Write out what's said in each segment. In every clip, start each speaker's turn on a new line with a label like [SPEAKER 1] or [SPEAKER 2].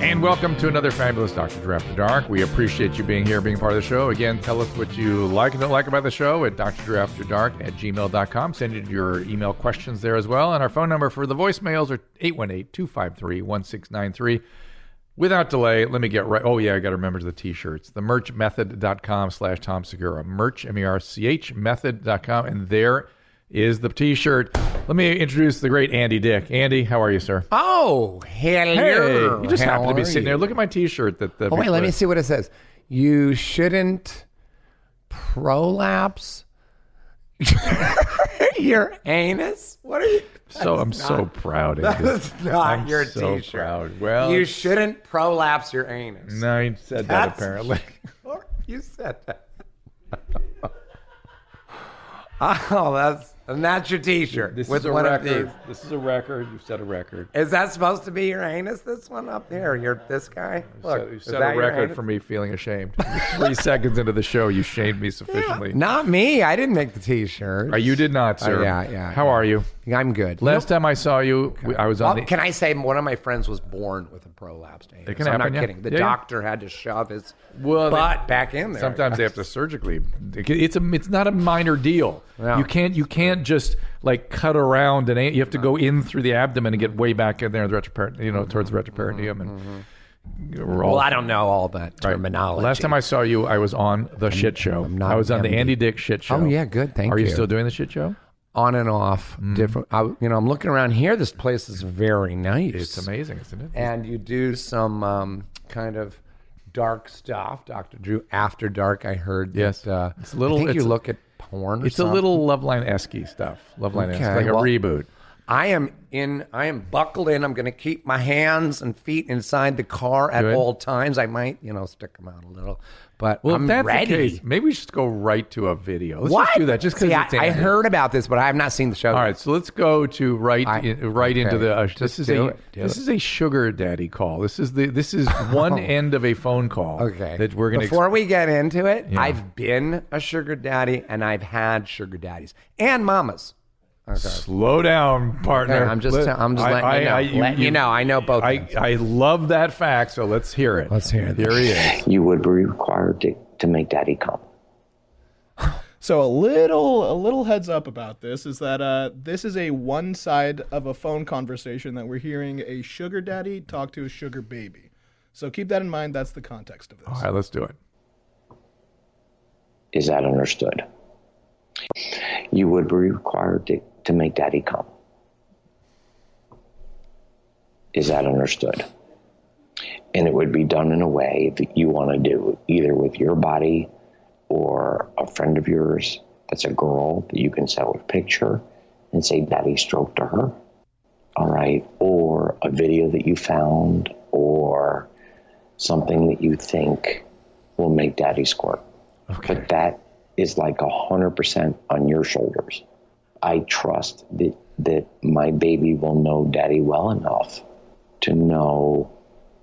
[SPEAKER 1] And welcome to another fabulous Dr. Drew After Dark. We appreciate you being here, being part of the show. Again, tell us what you like and don't like about the show at drdrewafterdark at gmail.com. Send in your email questions there as well. And our phone number for the voicemails are 818 253 1693. Without delay, let me get right. Oh, yeah, I got to remember the t shirts. The merchmethod.com slash Tom Segura. Merch, M E R C H, method.com. And there is the t shirt. Let me introduce the great Andy Dick. Andy, how are you, sir?
[SPEAKER 2] Oh, hello.
[SPEAKER 1] Hey, you just
[SPEAKER 2] How
[SPEAKER 1] happen to be
[SPEAKER 2] are
[SPEAKER 1] sitting
[SPEAKER 2] you?
[SPEAKER 1] there. Look at my T-shirt. That the
[SPEAKER 2] Oh, wait, let me see what it says. You shouldn't prolapse your anus. What are you?
[SPEAKER 1] So I'm so proud. of this.
[SPEAKER 2] That's not
[SPEAKER 1] I'm
[SPEAKER 2] your
[SPEAKER 1] so
[SPEAKER 2] T-shirt.
[SPEAKER 1] proud. Well,
[SPEAKER 2] you shouldn't prolapse your anus.
[SPEAKER 1] no, I said that
[SPEAKER 2] That's-
[SPEAKER 1] apparently.
[SPEAKER 2] Or You said that. oh, that's and that's your T-shirt
[SPEAKER 1] This
[SPEAKER 2] with
[SPEAKER 1] is a
[SPEAKER 2] one
[SPEAKER 1] record.
[SPEAKER 2] of these.
[SPEAKER 1] This is a record. You set a record.
[SPEAKER 2] Is that supposed to be your anus? This one up there, your this guy. Look,
[SPEAKER 1] you
[SPEAKER 2] is
[SPEAKER 1] set
[SPEAKER 2] that
[SPEAKER 1] a
[SPEAKER 2] your
[SPEAKER 1] record
[SPEAKER 2] anus?
[SPEAKER 1] for me feeling ashamed. Three seconds into the show, you shamed me sufficiently.
[SPEAKER 2] Not me. I didn't make the T-shirt.
[SPEAKER 1] Uh, you did not,
[SPEAKER 2] Oh,
[SPEAKER 1] sir.
[SPEAKER 2] yeah, yeah,
[SPEAKER 1] How
[SPEAKER 2] yeah.
[SPEAKER 1] are you?
[SPEAKER 2] I'm good.
[SPEAKER 1] Last time I saw you, we- I was on
[SPEAKER 2] Oh,
[SPEAKER 1] the.
[SPEAKER 2] can I say one of my friends was born with a prolapsed anus?
[SPEAKER 1] It can
[SPEAKER 2] I'm
[SPEAKER 1] happen,
[SPEAKER 2] not
[SPEAKER 1] yeah.
[SPEAKER 2] kidding. The
[SPEAKER 1] Yeah, yeah.
[SPEAKER 2] doctor had to shove his
[SPEAKER 1] Well, they-
[SPEAKER 2] butt back in there.
[SPEAKER 1] Sometimes they have to surgically. It's a. It's not a minor deal.
[SPEAKER 2] Yeah.
[SPEAKER 1] You can't. You can't just like cut around and you have to go in through the abdomen and get way back in there, the retroper- you know, towards the retroperitoneum and. we're all-
[SPEAKER 2] Mm-hmm. Well, I don't know all that
[SPEAKER 1] right.
[SPEAKER 2] terminology.
[SPEAKER 1] Last time I saw you, I was on the shit show.
[SPEAKER 2] not
[SPEAKER 1] I was on the
[SPEAKER 2] MD.
[SPEAKER 1] Andy Dick shit show.
[SPEAKER 2] Oh, yeah, good. Thank
[SPEAKER 1] Are you
[SPEAKER 2] you.
[SPEAKER 1] still doing the shit show?
[SPEAKER 2] on and off
[SPEAKER 1] Mm-hmm.
[SPEAKER 2] different. I, you know, I'm looking around here. This place is very nice.
[SPEAKER 1] It's amazing, isn't it?
[SPEAKER 2] and you do some um, kind of dark stuff, Doctor Drew. After dark, I heard.
[SPEAKER 1] Yes.
[SPEAKER 2] that, uh,
[SPEAKER 1] It's a little-
[SPEAKER 2] I think
[SPEAKER 1] it's
[SPEAKER 2] you
[SPEAKER 1] a-
[SPEAKER 2] look at porn. Or
[SPEAKER 1] It's a
[SPEAKER 2] something.
[SPEAKER 1] little Loveline esque stuff. Loveline esque,
[SPEAKER 2] Okay,
[SPEAKER 1] like a
[SPEAKER 2] well-
[SPEAKER 1] reboot.
[SPEAKER 2] I am in. I am buckled in. I'm going to keep my hands and feet inside the car at
[SPEAKER 1] Good.
[SPEAKER 2] all times. I might, you know, stick them out a little, but
[SPEAKER 1] Well,
[SPEAKER 2] I'm
[SPEAKER 1] if that's
[SPEAKER 2] ready.
[SPEAKER 1] the case, maybe we should just go right to a video. Let's
[SPEAKER 2] what?
[SPEAKER 1] just do that, just because
[SPEAKER 2] See, I, I heard about this, but I have not seen the show.
[SPEAKER 1] All right, so let's go to right
[SPEAKER 2] I-
[SPEAKER 1] in, right into
[SPEAKER 2] okay,
[SPEAKER 1] the. Uh,
[SPEAKER 2] just
[SPEAKER 1] this is
[SPEAKER 2] do
[SPEAKER 1] a
[SPEAKER 2] it, do
[SPEAKER 1] this
[SPEAKER 2] it. Oh.
[SPEAKER 1] is a sugar daddy call. This is the this is one end of a phone call.
[SPEAKER 2] Okay.
[SPEAKER 1] that we're gonna.
[SPEAKER 2] Before we get into it, I've been a sugar daddy and I've had sugar daddies and mamas.
[SPEAKER 1] slow down, partner.
[SPEAKER 2] Okay, I'm just
[SPEAKER 1] Let-
[SPEAKER 2] tell- I'm just letting you know. Letting you know, I know both
[SPEAKER 1] I
[SPEAKER 2] ends.
[SPEAKER 1] I love that fact. So let's hear it.
[SPEAKER 2] Let's hear it.
[SPEAKER 1] Here he is.
[SPEAKER 3] you would be required to, to make daddy come.
[SPEAKER 4] So a little a little heads up about this is that uh, this is a one side of a phone conversation that we're hearing a sugar daddy talk to a sugar baby. So keep that in mind. That's the context of this.
[SPEAKER 1] All right, let's do it.
[SPEAKER 3] Is that understood? You would be required to, to make daddy come. Is that understood? And it would be done in a way that you want to do, either with your body or a friend of yours that's a girl that you can send a picture and say daddy stroke to her. All right. Or a video that you found or something that you think will make daddy squirt but that is like a hundred percent on your shoulders. I trust that that my baby will know daddy well enough to know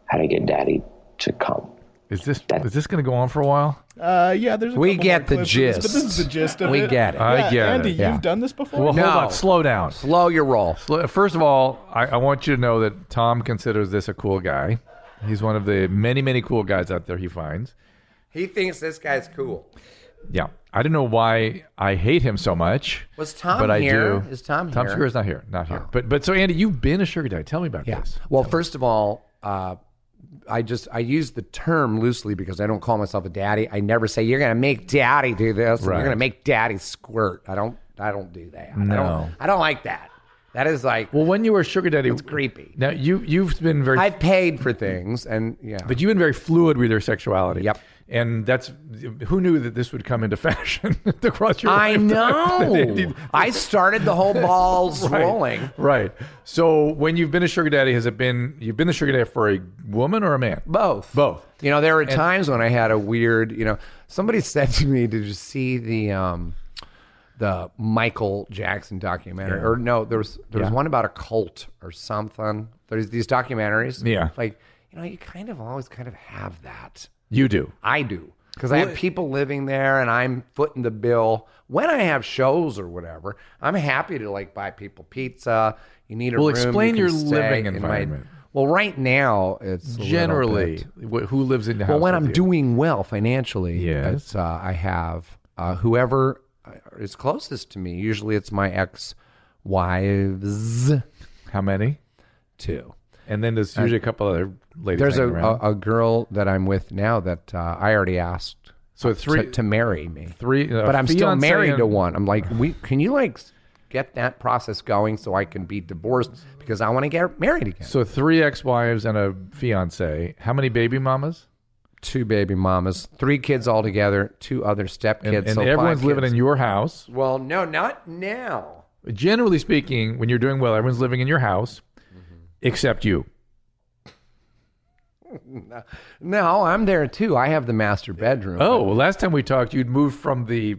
[SPEAKER 3] how to get daddy to come.
[SPEAKER 1] Is this is this going to go on for a while?
[SPEAKER 4] Uh, yeah, there's a
[SPEAKER 2] We
[SPEAKER 4] couple
[SPEAKER 2] get
[SPEAKER 4] more
[SPEAKER 2] the
[SPEAKER 4] clips of this, but this is the
[SPEAKER 2] gist.
[SPEAKER 4] gist of
[SPEAKER 2] We
[SPEAKER 4] it.
[SPEAKER 2] get it.
[SPEAKER 1] I
[SPEAKER 4] Yeah,
[SPEAKER 1] get
[SPEAKER 4] Andy,
[SPEAKER 1] it,
[SPEAKER 2] yeah.
[SPEAKER 4] you've done this before.
[SPEAKER 1] Well, hold
[SPEAKER 2] No.
[SPEAKER 1] on. Slow down.
[SPEAKER 2] Slow your roll.
[SPEAKER 1] Well, First of all, I, I want you to know that Tom considers this a cool guy. He's one of the many, many cool guys out there he finds.
[SPEAKER 2] He thinks this guy's cool.
[SPEAKER 1] Yeah. I don't know why I hate him so much.
[SPEAKER 2] Was Tom
[SPEAKER 1] but
[SPEAKER 2] here?
[SPEAKER 1] I do.
[SPEAKER 2] Is Tom
[SPEAKER 1] Tom
[SPEAKER 2] here? Oh.
[SPEAKER 1] Segura's not here. Not here. But but so Andy, you've been a sugar daddy. Tell me about
[SPEAKER 2] Yes.
[SPEAKER 1] this.
[SPEAKER 2] Well, first of all, uh, I just I use the term loosely because I don't call myself a daddy. I never say you're going to make daddy do this. and
[SPEAKER 1] Right.
[SPEAKER 2] You're going to make daddy squirt. I don't. I don't do that. I,
[SPEAKER 1] No.
[SPEAKER 2] don't, I don't like that. That is like
[SPEAKER 1] Well, when you were a sugar daddy, it's
[SPEAKER 2] creepy.
[SPEAKER 1] Now you you've been very
[SPEAKER 2] I've paid for things, and yeah.
[SPEAKER 1] but you've been very fluid with your sexuality.
[SPEAKER 2] Yep.
[SPEAKER 1] And that's who knew that this would come into fashion across your
[SPEAKER 2] I
[SPEAKER 1] life?
[SPEAKER 2] know. I started the whole balls
[SPEAKER 1] Right,
[SPEAKER 2] rolling.
[SPEAKER 1] Right. So when you've been a sugar daddy, has it been you've been a sugar daddy for a woman or a man?
[SPEAKER 2] Both.
[SPEAKER 1] Both.
[SPEAKER 2] You know, there were times when I had a weird, you know, somebody said to me, Did you see the um the Michael Jackson documentary, or no, there was there was one about a cult or something. There's these documentaries.
[SPEAKER 1] Yeah.
[SPEAKER 2] like you know, you kind of always kind of have that.
[SPEAKER 1] You do.
[SPEAKER 2] I do because I have people living there and I'm footing the bill. When I have shows or whatever, I'm happy to like buy people pizza. You need a
[SPEAKER 1] Well,
[SPEAKER 2] room, you
[SPEAKER 1] explain
[SPEAKER 2] can
[SPEAKER 1] your
[SPEAKER 2] stay
[SPEAKER 1] living
[SPEAKER 2] in my-
[SPEAKER 1] environment.
[SPEAKER 2] well, right now it's a little
[SPEAKER 1] Generally,
[SPEAKER 2] bit-
[SPEAKER 1] wh- who lives in the house?
[SPEAKER 2] well, when
[SPEAKER 1] with
[SPEAKER 2] I'm
[SPEAKER 1] you?
[SPEAKER 2] doing well financially,
[SPEAKER 1] Yes.
[SPEAKER 2] it's, uh, I have uh, whoever uh, is closest to me. Usually, it's my ex wives
[SPEAKER 1] how many?
[SPEAKER 2] too.
[SPEAKER 1] And then there's usually a couple other ladies.
[SPEAKER 2] There's a,
[SPEAKER 1] hanging around.
[SPEAKER 2] a a girl that I'm with now that uh, I already asked
[SPEAKER 1] so three,
[SPEAKER 2] to, to marry me.
[SPEAKER 1] three,
[SPEAKER 2] but I'm still married to
[SPEAKER 1] one.
[SPEAKER 2] one. I'm like, we can you like s- get that process going so I can be divorced because I want to get married again.
[SPEAKER 1] So three ex-wives and a fiance. How many baby mamas?
[SPEAKER 2] Two baby mamas, three kids altogether, two other stepkids.
[SPEAKER 1] And, and
[SPEAKER 2] so
[SPEAKER 1] everyone's
[SPEAKER 2] five
[SPEAKER 1] living
[SPEAKER 2] kids.
[SPEAKER 1] in your house.
[SPEAKER 2] Well, no, not now.
[SPEAKER 1] Generally speaking, when you're doing well, everyone's living in your house,
[SPEAKER 2] Mm-hmm.
[SPEAKER 1] except you.
[SPEAKER 2] No, I'm there too. I have the master bedroom.
[SPEAKER 1] Oh, well, last time we talked, you'd moved from the,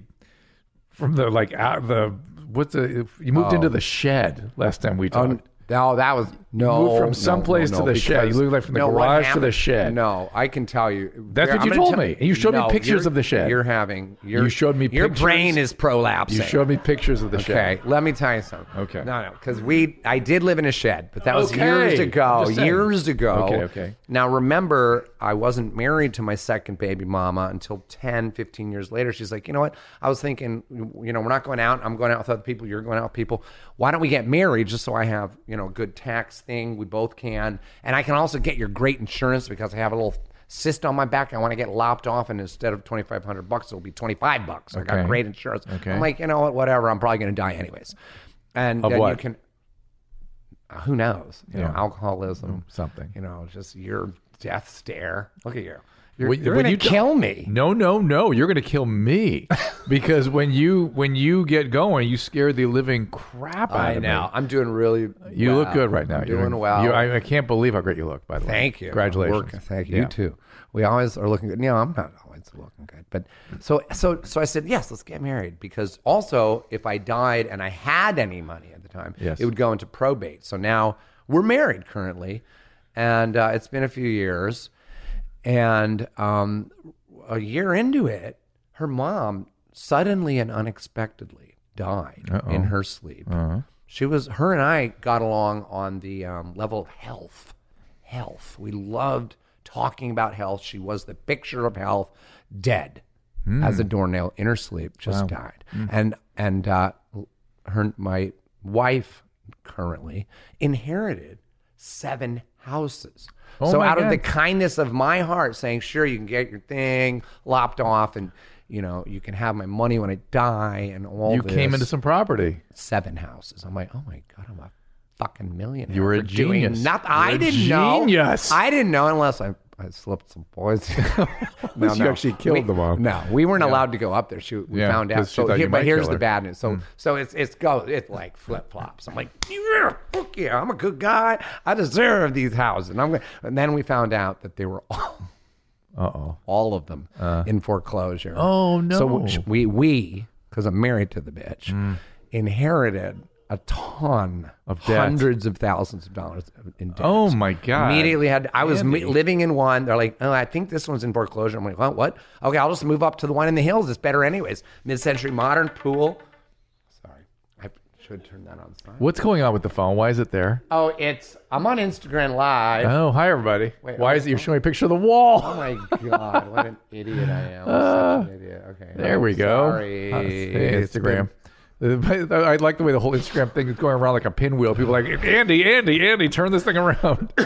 [SPEAKER 1] from the like out the what's the you moved into the shed last time we talked.
[SPEAKER 2] Um, No, that was no.
[SPEAKER 1] moved from
[SPEAKER 2] no,
[SPEAKER 1] someplace
[SPEAKER 2] no,
[SPEAKER 1] to
[SPEAKER 2] no,
[SPEAKER 1] the shed.
[SPEAKER 2] because-
[SPEAKER 1] You looked like from the
[SPEAKER 2] what
[SPEAKER 1] garage to
[SPEAKER 2] happened-
[SPEAKER 1] the shed.
[SPEAKER 2] No, I can tell you.
[SPEAKER 1] That's
[SPEAKER 2] Here,
[SPEAKER 1] what you
[SPEAKER 2] gonna
[SPEAKER 1] told
[SPEAKER 2] tell-
[SPEAKER 1] me. And you showed me
[SPEAKER 2] No,
[SPEAKER 1] pictures
[SPEAKER 2] you're-
[SPEAKER 1] of the shed.
[SPEAKER 2] You're having. You're,
[SPEAKER 1] You showed me
[SPEAKER 2] Your
[SPEAKER 1] pictures.
[SPEAKER 2] brain is prolapsing.
[SPEAKER 1] you showed me pictures of the shed.
[SPEAKER 2] Okay, let me tell you something.
[SPEAKER 1] Okay.
[SPEAKER 2] No, no, because we I did live in a shed, but that was
[SPEAKER 1] Okay.
[SPEAKER 2] years ago.
[SPEAKER 1] Just saying.
[SPEAKER 2] Years ago.
[SPEAKER 1] Okay, okay.
[SPEAKER 2] Now remember, I wasn't married to my second baby mama until 10, 15 years later. She's like, you know what? I was thinking, you know, we're not going out. I'm going out with other people. You're going out with people. Why don't we get married just so I have, you know, a good tax thing? We both can. And I can also get your great insurance because I have a little cyst on my back. I want to get lopped off. And instead of 2,500 bucks, it'll be 25 bucks. I
[SPEAKER 1] Okay.
[SPEAKER 2] got great insurance.
[SPEAKER 1] Okay.
[SPEAKER 2] I'm like, you know what? Whatever. I'm probably going to die anyways. And then
[SPEAKER 1] what?
[SPEAKER 2] you can, uh, who knows? You know,
[SPEAKER 1] Yeah. Mm,
[SPEAKER 2] alcoholism,
[SPEAKER 1] something.
[SPEAKER 2] You know, just your death stare. Look at you. You're,
[SPEAKER 1] When-
[SPEAKER 2] you're
[SPEAKER 1] when
[SPEAKER 2] gonna
[SPEAKER 1] you ta-
[SPEAKER 2] kill me.
[SPEAKER 1] No, no, no! You're going to kill me because when you when you get going, you scare the living crap out
[SPEAKER 2] I
[SPEAKER 1] of
[SPEAKER 2] know.
[SPEAKER 1] me.
[SPEAKER 2] I'm doing really.
[SPEAKER 1] You
[SPEAKER 2] well.
[SPEAKER 1] look good right now.
[SPEAKER 2] I'm
[SPEAKER 1] You're
[SPEAKER 2] doing well.
[SPEAKER 1] You, I, I can't believe how great you look. By the way,
[SPEAKER 2] Thank you.
[SPEAKER 1] Congratulations.
[SPEAKER 2] Work- Thank you.
[SPEAKER 1] Yeah.
[SPEAKER 2] You too. We always are looking good. No, I'm not always looking good. But so so so I said, yes, let's get married. Because also if I died and I had any money at the time,
[SPEAKER 1] Yes.
[SPEAKER 2] it would go into probate. So now we're married currently. And uh, it's been a few years. And um, a year into it, her mom suddenly and unexpectedly died in her sleep. She was her and I got along on the um, level of health. Health. We loved talking about health. She was the picture of health, dead as
[SPEAKER 1] Hmm.
[SPEAKER 2] a doornail in her sleep, just died. And and uh, her my wife currently inherited seven houses.
[SPEAKER 1] Oh
[SPEAKER 2] so
[SPEAKER 1] my
[SPEAKER 2] out of
[SPEAKER 1] God.
[SPEAKER 2] the kindness of my heart saying, sure, you can get your thing lopped off and, you know, you can have my money when I die and all
[SPEAKER 1] You
[SPEAKER 2] this.
[SPEAKER 1] came into some property.
[SPEAKER 2] seven houses. I'm like, oh my God, I'm a fucking millionaire.
[SPEAKER 1] You were a
[SPEAKER 2] for doing
[SPEAKER 1] genius.
[SPEAKER 2] noth-
[SPEAKER 1] You're
[SPEAKER 2] I
[SPEAKER 1] a
[SPEAKER 2] didn't know.
[SPEAKER 1] genius.
[SPEAKER 2] I didn't know unless I, I slipped some poison. no,
[SPEAKER 1] you actually killed
[SPEAKER 2] we,
[SPEAKER 1] the mom.
[SPEAKER 2] No, we weren't allowed to go up there. She, we
[SPEAKER 1] Yeah,
[SPEAKER 2] found out.
[SPEAKER 1] 'cause she
[SPEAKER 2] So
[SPEAKER 1] thought
[SPEAKER 2] here-
[SPEAKER 1] you might
[SPEAKER 2] but here's
[SPEAKER 1] kill her. Hmm.
[SPEAKER 2] the bad news. So so it's it's go it's like flip flops. I'm like, yeah, fuck yeah, I'm a good guy. I deserve these houses. And I'm gonna, and then we found out that they were all
[SPEAKER 1] Uh oh.
[SPEAKER 2] all of them in foreclosure.
[SPEAKER 1] Oh, no.
[SPEAKER 2] So sh- we we because I'm married to the bitch inherited a ton Mm. of
[SPEAKER 1] debt.
[SPEAKER 2] hundreds of thousands of dollars in debt.
[SPEAKER 1] Oh my God.
[SPEAKER 2] Immediately had I was me- living in one. They're like, oh, I think this one's in foreclosure. I'm like, well, what? Okay, I'll just move up to the one in the hills. It's better anyways. Mid-century modern pool. Sorry, I should turn that on. silent.
[SPEAKER 1] What's going on with the phone? Why is it there?
[SPEAKER 2] Oh, it's I'm on Instagram Live.
[SPEAKER 1] Oh, hi everybody.
[SPEAKER 2] Wait,
[SPEAKER 1] Why
[SPEAKER 2] oh,
[SPEAKER 1] is it you're showing a picture of the wall?
[SPEAKER 2] Oh my god, what an idiot I am! I'm such an idiot. Okay,
[SPEAKER 1] Uh, There
[SPEAKER 2] I'm
[SPEAKER 1] we go.
[SPEAKER 2] Sorry,
[SPEAKER 1] Uh, hey,
[SPEAKER 2] It's
[SPEAKER 1] Instagram. I like the way the whole Instagram thing is going around like a pinwheel. People are like Andy, Andy, Andy, turn this thing around.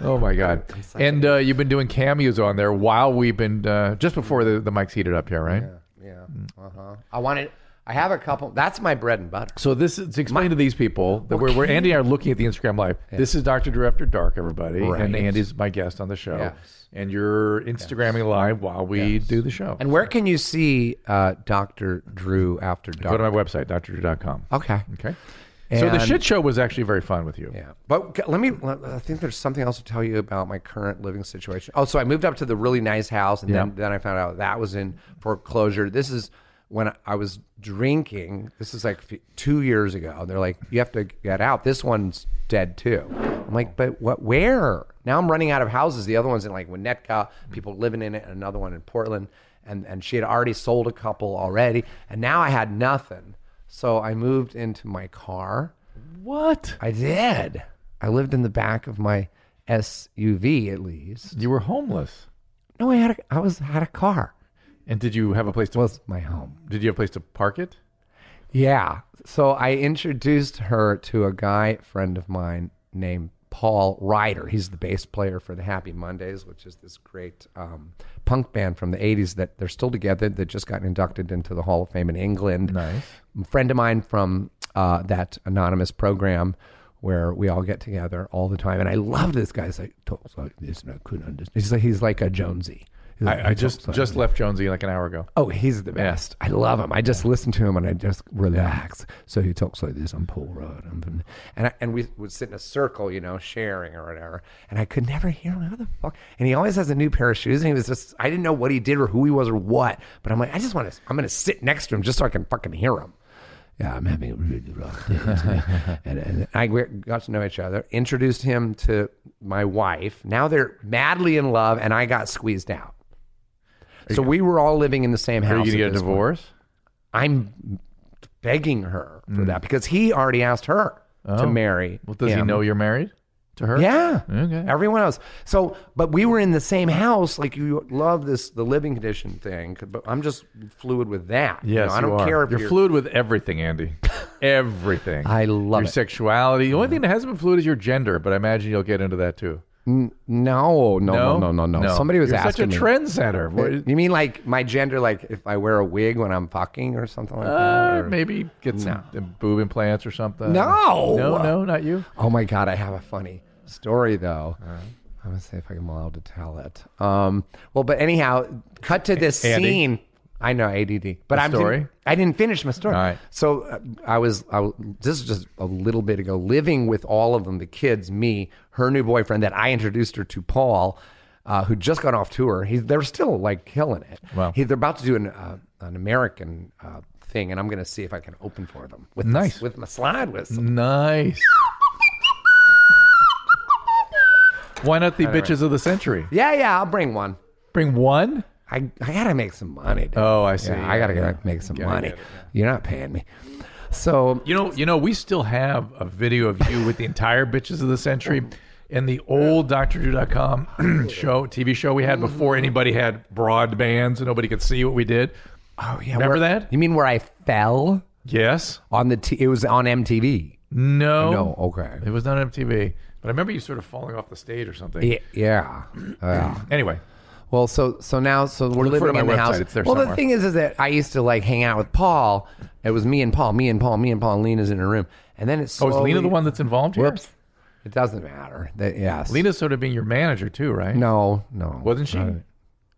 [SPEAKER 1] oh my god! And uh, you've been doing cameos on there while we've been uh, just before the, the mic's heated up here, right?
[SPEAKER 2] been- yeah, uh huh. I wanted. I have a couple. That's my bread and butter.
[SPEAKER 1] So this is to explain to these people that we're, we're Andy and I are looking at the Instagram live. This is Doctor Director Dark, everybody,
[SPEAKER 2] Right.
[SPEAKER 1] and Andy's my guest on the show.
[SPEAKER 2] Yes.
[SPEAKER 1] And you're Instagramming live while we do the show.
[SPEAKER 2] And where can you see uh, Doctor Drew after
[SPEAKER 1] go
[SPEAKER 2] dark?
[SPEAKER 1] to my website, drdrew.com.
[SPEAKER 2] okay.
[SPEAKER 1] Okay. so the
[SPEAKER 2] And-
[SPEAKER 1] shit show was actually very fun with you.
[SPEAKER 2] Yeah, but c- let me. let- I think there's something else to tell you about my current living situation. Oh, so I moved up to the really nice house, and then,
[SPEAKER 1] Yeah.
[SPEAKER 2] then I found out that was in foreclosure. This is when I was drinking, this is like f- two years ago, they're like, you have to get out. This one's dead too. I'm like, but what, where? Now I'm running out of houses. The other one's in like Winnetka, people living in it, and another one in Portland. And, and she had already sold a couple already. And now I had nothing. So I moved into my car.
[SPEAKER 1] What?
[SPEAKER 2] I did. I lived in the back of my SUV at least.
[SPEAKER 1] You were homeless.
[SPEAKER 2] No, I had a, I was had a car.
[SPEAKER 1] And did you have a place to
[SPEAKER 2] Was my home.
[SPEAKER 1] did you have a place to park it?
[SPEAKER 2] Yeah. So I introduced her to a guy friend of mine named Paul Ryder. He's the bass player for the Happy Mondays, which is this great um, punk band from the 80s that they're still together, that just got inducted into the Hall of Fame in England. Nice. friend of mine from uh, that anonymous program where we all get together all the time. And I love this guy. He's like, talks like this, and I couldn't understand. He's like, he's like a Jonesy. He's like,
[SPEAKER 1] I, I just
[SPEAKER 2] uh,
[SPEAKER 1] just left Jonesy like an hour ago.
[SPEAKER 2] Oh, he's the best. I love him. I just listen to him and I just relax. So he talks like this on Paul Rudd. I'm from- And, I, and we would sit in a circle, you know, sharing or whatever. And I could never hear him. How the fuck? And he always has a new pair of shoes. And he was just, I didn't know what he did or who he was or what. But I'm like, I just want to, I'm going to sit next to him just so I can fucking hear him. Yeah, I'm having a really rough day. today." and, and I we got to know each other, introduced him to my wife. Now they're madly in love, and I got squeezed out. So we were all living in the same house.
[SPEAKER 1] Are you gonna get
[SPEAKER 2] at
[SPEAKER 1] a
[SPEAKER 2] this point.
[SPEAKER 1] divorce?
[SPEAKER 2] I'm begging her for that because he already asked her to marry.
[SPEAKER 1] Mm. Oh. Well, does he
[SPEAKER 2] him.
[SPEAKER 1] know you're married to her?
[SPEAKER 2] Yeah.
[SPEAKER 1] Okay.
[SPEAKER 2] Everyone else. So, but we were in the same house. Like you love this the living condition thing, but I'm just fluid with that. You
[SPEAKER 1] Yes,
[SPEAKER 2] know, I don't
[SPEAKER 1] you are.
[SPEAKER 2] care if
[SPEAKER 1] you're, fluid with everything, Andy. everything.
[SPEAKER 2] I love
[SPEAKER 1] your
[SPEAKER 2] it.
[SPEAKER 1] sexuality. The only thing that hasn't been fluid is your gender, but I imagine you'll get into that too.
[SPEAKER 2] No, no, no, Oh, no, no, no. Somebody was
[SPEAKER 1] You're
[SPEAKER 2] asking
[SPEAKER 1] such a
[SPEAKER 2] me. Uh,
[SPEAKER 1] trendsetter. What-
[SPEAKER 2] You mean like my gender? Like if I wear a wig when I'm fucking or something like that?
[SPEAKER 1] Uh,
[SPEAKER 2] or-
[SPEAKER 1] maybe get some uh, boob implants or something.
[SPEAKER 2] No.
[SPEAKER 1] no, no, not you.
[SPEAKER 2] Oh my god, I have a funny story though. I'm gonna see if I'm allowed to tell it. Um, well, but anyhow, cut to this
[SPEAKER 1] Andy?
[SPEAKER 2] scene. I know ADD, but
[SPEAKER 1] The
[SPEAKER 2] I'm
[SPEAKER 1] story?
[SPEAKER 2] I didn't finish my story.
[SPEAKER 1] All right.
[SPEAKER 2] So uh, I was I was- this is just a little bit ago living with all of them, the kids, me, her new boyfriend that I introduced her to, Paul, uh, who just got off tour. He's they're still like killing it.
[SPEAKER 1] Wow.
[SPEAKER 2] He, they're about to do an uh, an American uh, thing, and I'm gonna see if I can open for them with my-
[SPEAKER 1] Nice.
[SPEAKER 2] with my slide whistle.
[SPEAKER 1] Nice. Why not the bitches of the century?
[SPEAKER 2] Yeah, yeah, I'll bring one.
[SPEAKER 1] Bring one.
[SPEAKER 2] I, I gotta make some money. Dude.
[SPEAKER 1] Oh, I see.
[SPEAKER 2] yeah, I gotta go make some money. You're not paying me. So
[SPEAKER 1] You know, you know, we still have a video of you with the entire bitches of the century and the old DrDrew.com show, TV show we had before anybody had broadband, so nobody could see what we did.
[SPEAKER 2] oh yeah,
[SPEAKER 1] Remember
[SPEAKER 2] where-
[SPEAKER 1] that?
[SPEAKER 2] You mean where I fell
[SPEAKER 1] Yes.
[SPEAKER 2] on the? T- it was on MTV.
[SPEAKER 1] No.
[SPEAKER 2] No, okay.
[SPEAKER 1] It was not MTV, but I remember you sort of falling off the stage or something.
[SPEAKER 2] Yeah. yeah. Uh,
[SPEAKER 1] Anyway,
[SPEAKER 2] well, so so now so we're
[SPEAKER 1] Look for it
[SPEAKER 2] living
[SPEAKER 1] on
[SPEAKER 2] in
[SPEAKER 1] my
[SPEAKER 2] the
[SPEAKER 1] website.
[SPEAKER 2] house.
[SPEAKER 1] It's there
[SPEAKER 2] well,
[SPEAKER 1] somewhere.
[SPEAKER 2] the thing is, is that I used to like hang out with Paul. It was me and Paul, me and Paul, me and Paul. And Lena's in her room, and then it's
[SPEAKER 1] oh,
[SPEAKER 2] slowly,
[SPEAKER 1] is Lena the one that's involved here?
[SPEAKER 2] Whoops. It doesn't matter. That yes.
[SPEAKER 1] Lena's sort of being your manager too, right?
[SPEAKER 2] No, no.
[SPEAKER 1] Wasn't she?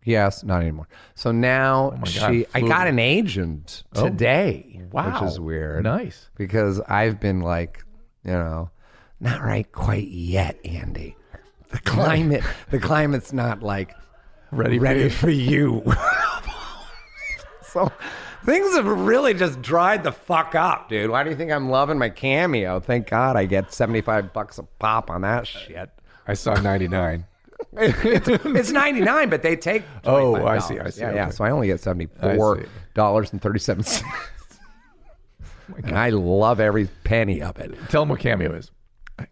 [SPEAKER 2] Yes, not anymore. So now
[SPEAKER 1] Oh God, Oh.
[SPEAKER 2] she, I got an agent today,
[SPEAKER 1] Wow.
[SPEAKER 2] which is weird
[SPEAKER 1] Nice.
[SPEAKER 2] because I've been like, you know, not right quite yet, Andy. The climate, the climate's not like
[SPEAKER 1] Ready? for
[SPEAKER 2] ready
[SPEAKER 1] you?
[SPEAKER 2] for you. so things have really just dried the fuck up, dude. Why do you think I'm loving my cameo? Thank God I get seventy five bucks a pop on that shit.
[SPEAKER 1] I saw 99.
[SPEAKER 2] it's 99 but they take
[SPEAKER 1] Oh,
[SPEAKER 2] $25.
[SPEAKER 1] I see, I see,
[SPEAKER 2] yeah, yeah
[SPEAKER 1] okay.
[SPEAKER 2] so i only get 74 dollars and 37 cents and i love every penny of it
[SPEAKER 1] Tell them what Cameo is.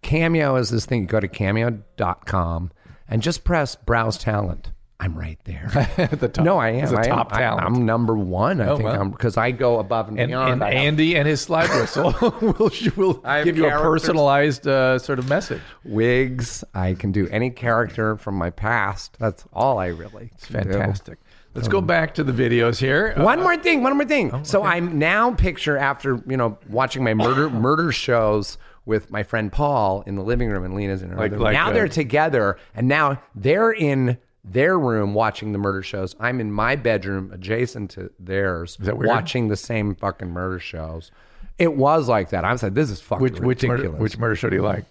[SPEAKER 2] cameo is this thing you go to cameo.com and just press browse talent i'm right there
[SPEAKER 1] At the top.
[SPEAKER 2] no i am
[SPEAKER 1] It's a
[SPEAKER 2] I am.
[SPEAKER 1] top
[SPEAKER 2] I-
[SPEAKER 1] talent.
[SPEAKER 2] i'm number one i
[SPEAKER 1] Oh,
[SPEAKER 2] think
[SPEAKER 1] wow.
[SPEAKER 2] i'm because i go above and,
[SPEAKER 1] and,
[SPEAKER 2] beyond
[SPEAKER 1] and
[SPEAKER 2] I have
[SPEAKER 1] Andy and his slide whistle will, will
[SPEAKER 2] I have
[SPEAKER 1] give you a
[SPEAKER 2] characters.
[SPEAKER 1] personalized uh, sort of message.
[SPEAKER 2] wigs i can do any character from my past that's all i really it's
[SPEAKER 1] Fantastic. Let's
[SPEAKER 2] Um,
[SPEAKER 1] go back to the videos here. Uh, Oh,
[SPEAKER 2] One more thing, one more thing. So I'm now picture after, you know, watching my murder murder shows with my friend Paul in the living room and Lena's in her
[SPEAKER 1] Like-
[SPEAKER 2] other room.
[SPEAKER 1] like,
[SPEAKER 2] now
[SPEAKER 1] uh,
[SPEAKER 2] they're together and now they're in their room watching the murder shows. I'm in my bedroom adjacent to theirs
[SPEAKER 1] that weird?
[SPEAKER 2] watching the same fucking murder shows. It was like that. I said, this is fucking
[SPEAKER 1] which which murder,
[SPEAKER 2] ridiculous.
[SPEAKER 1] which murder show do you like?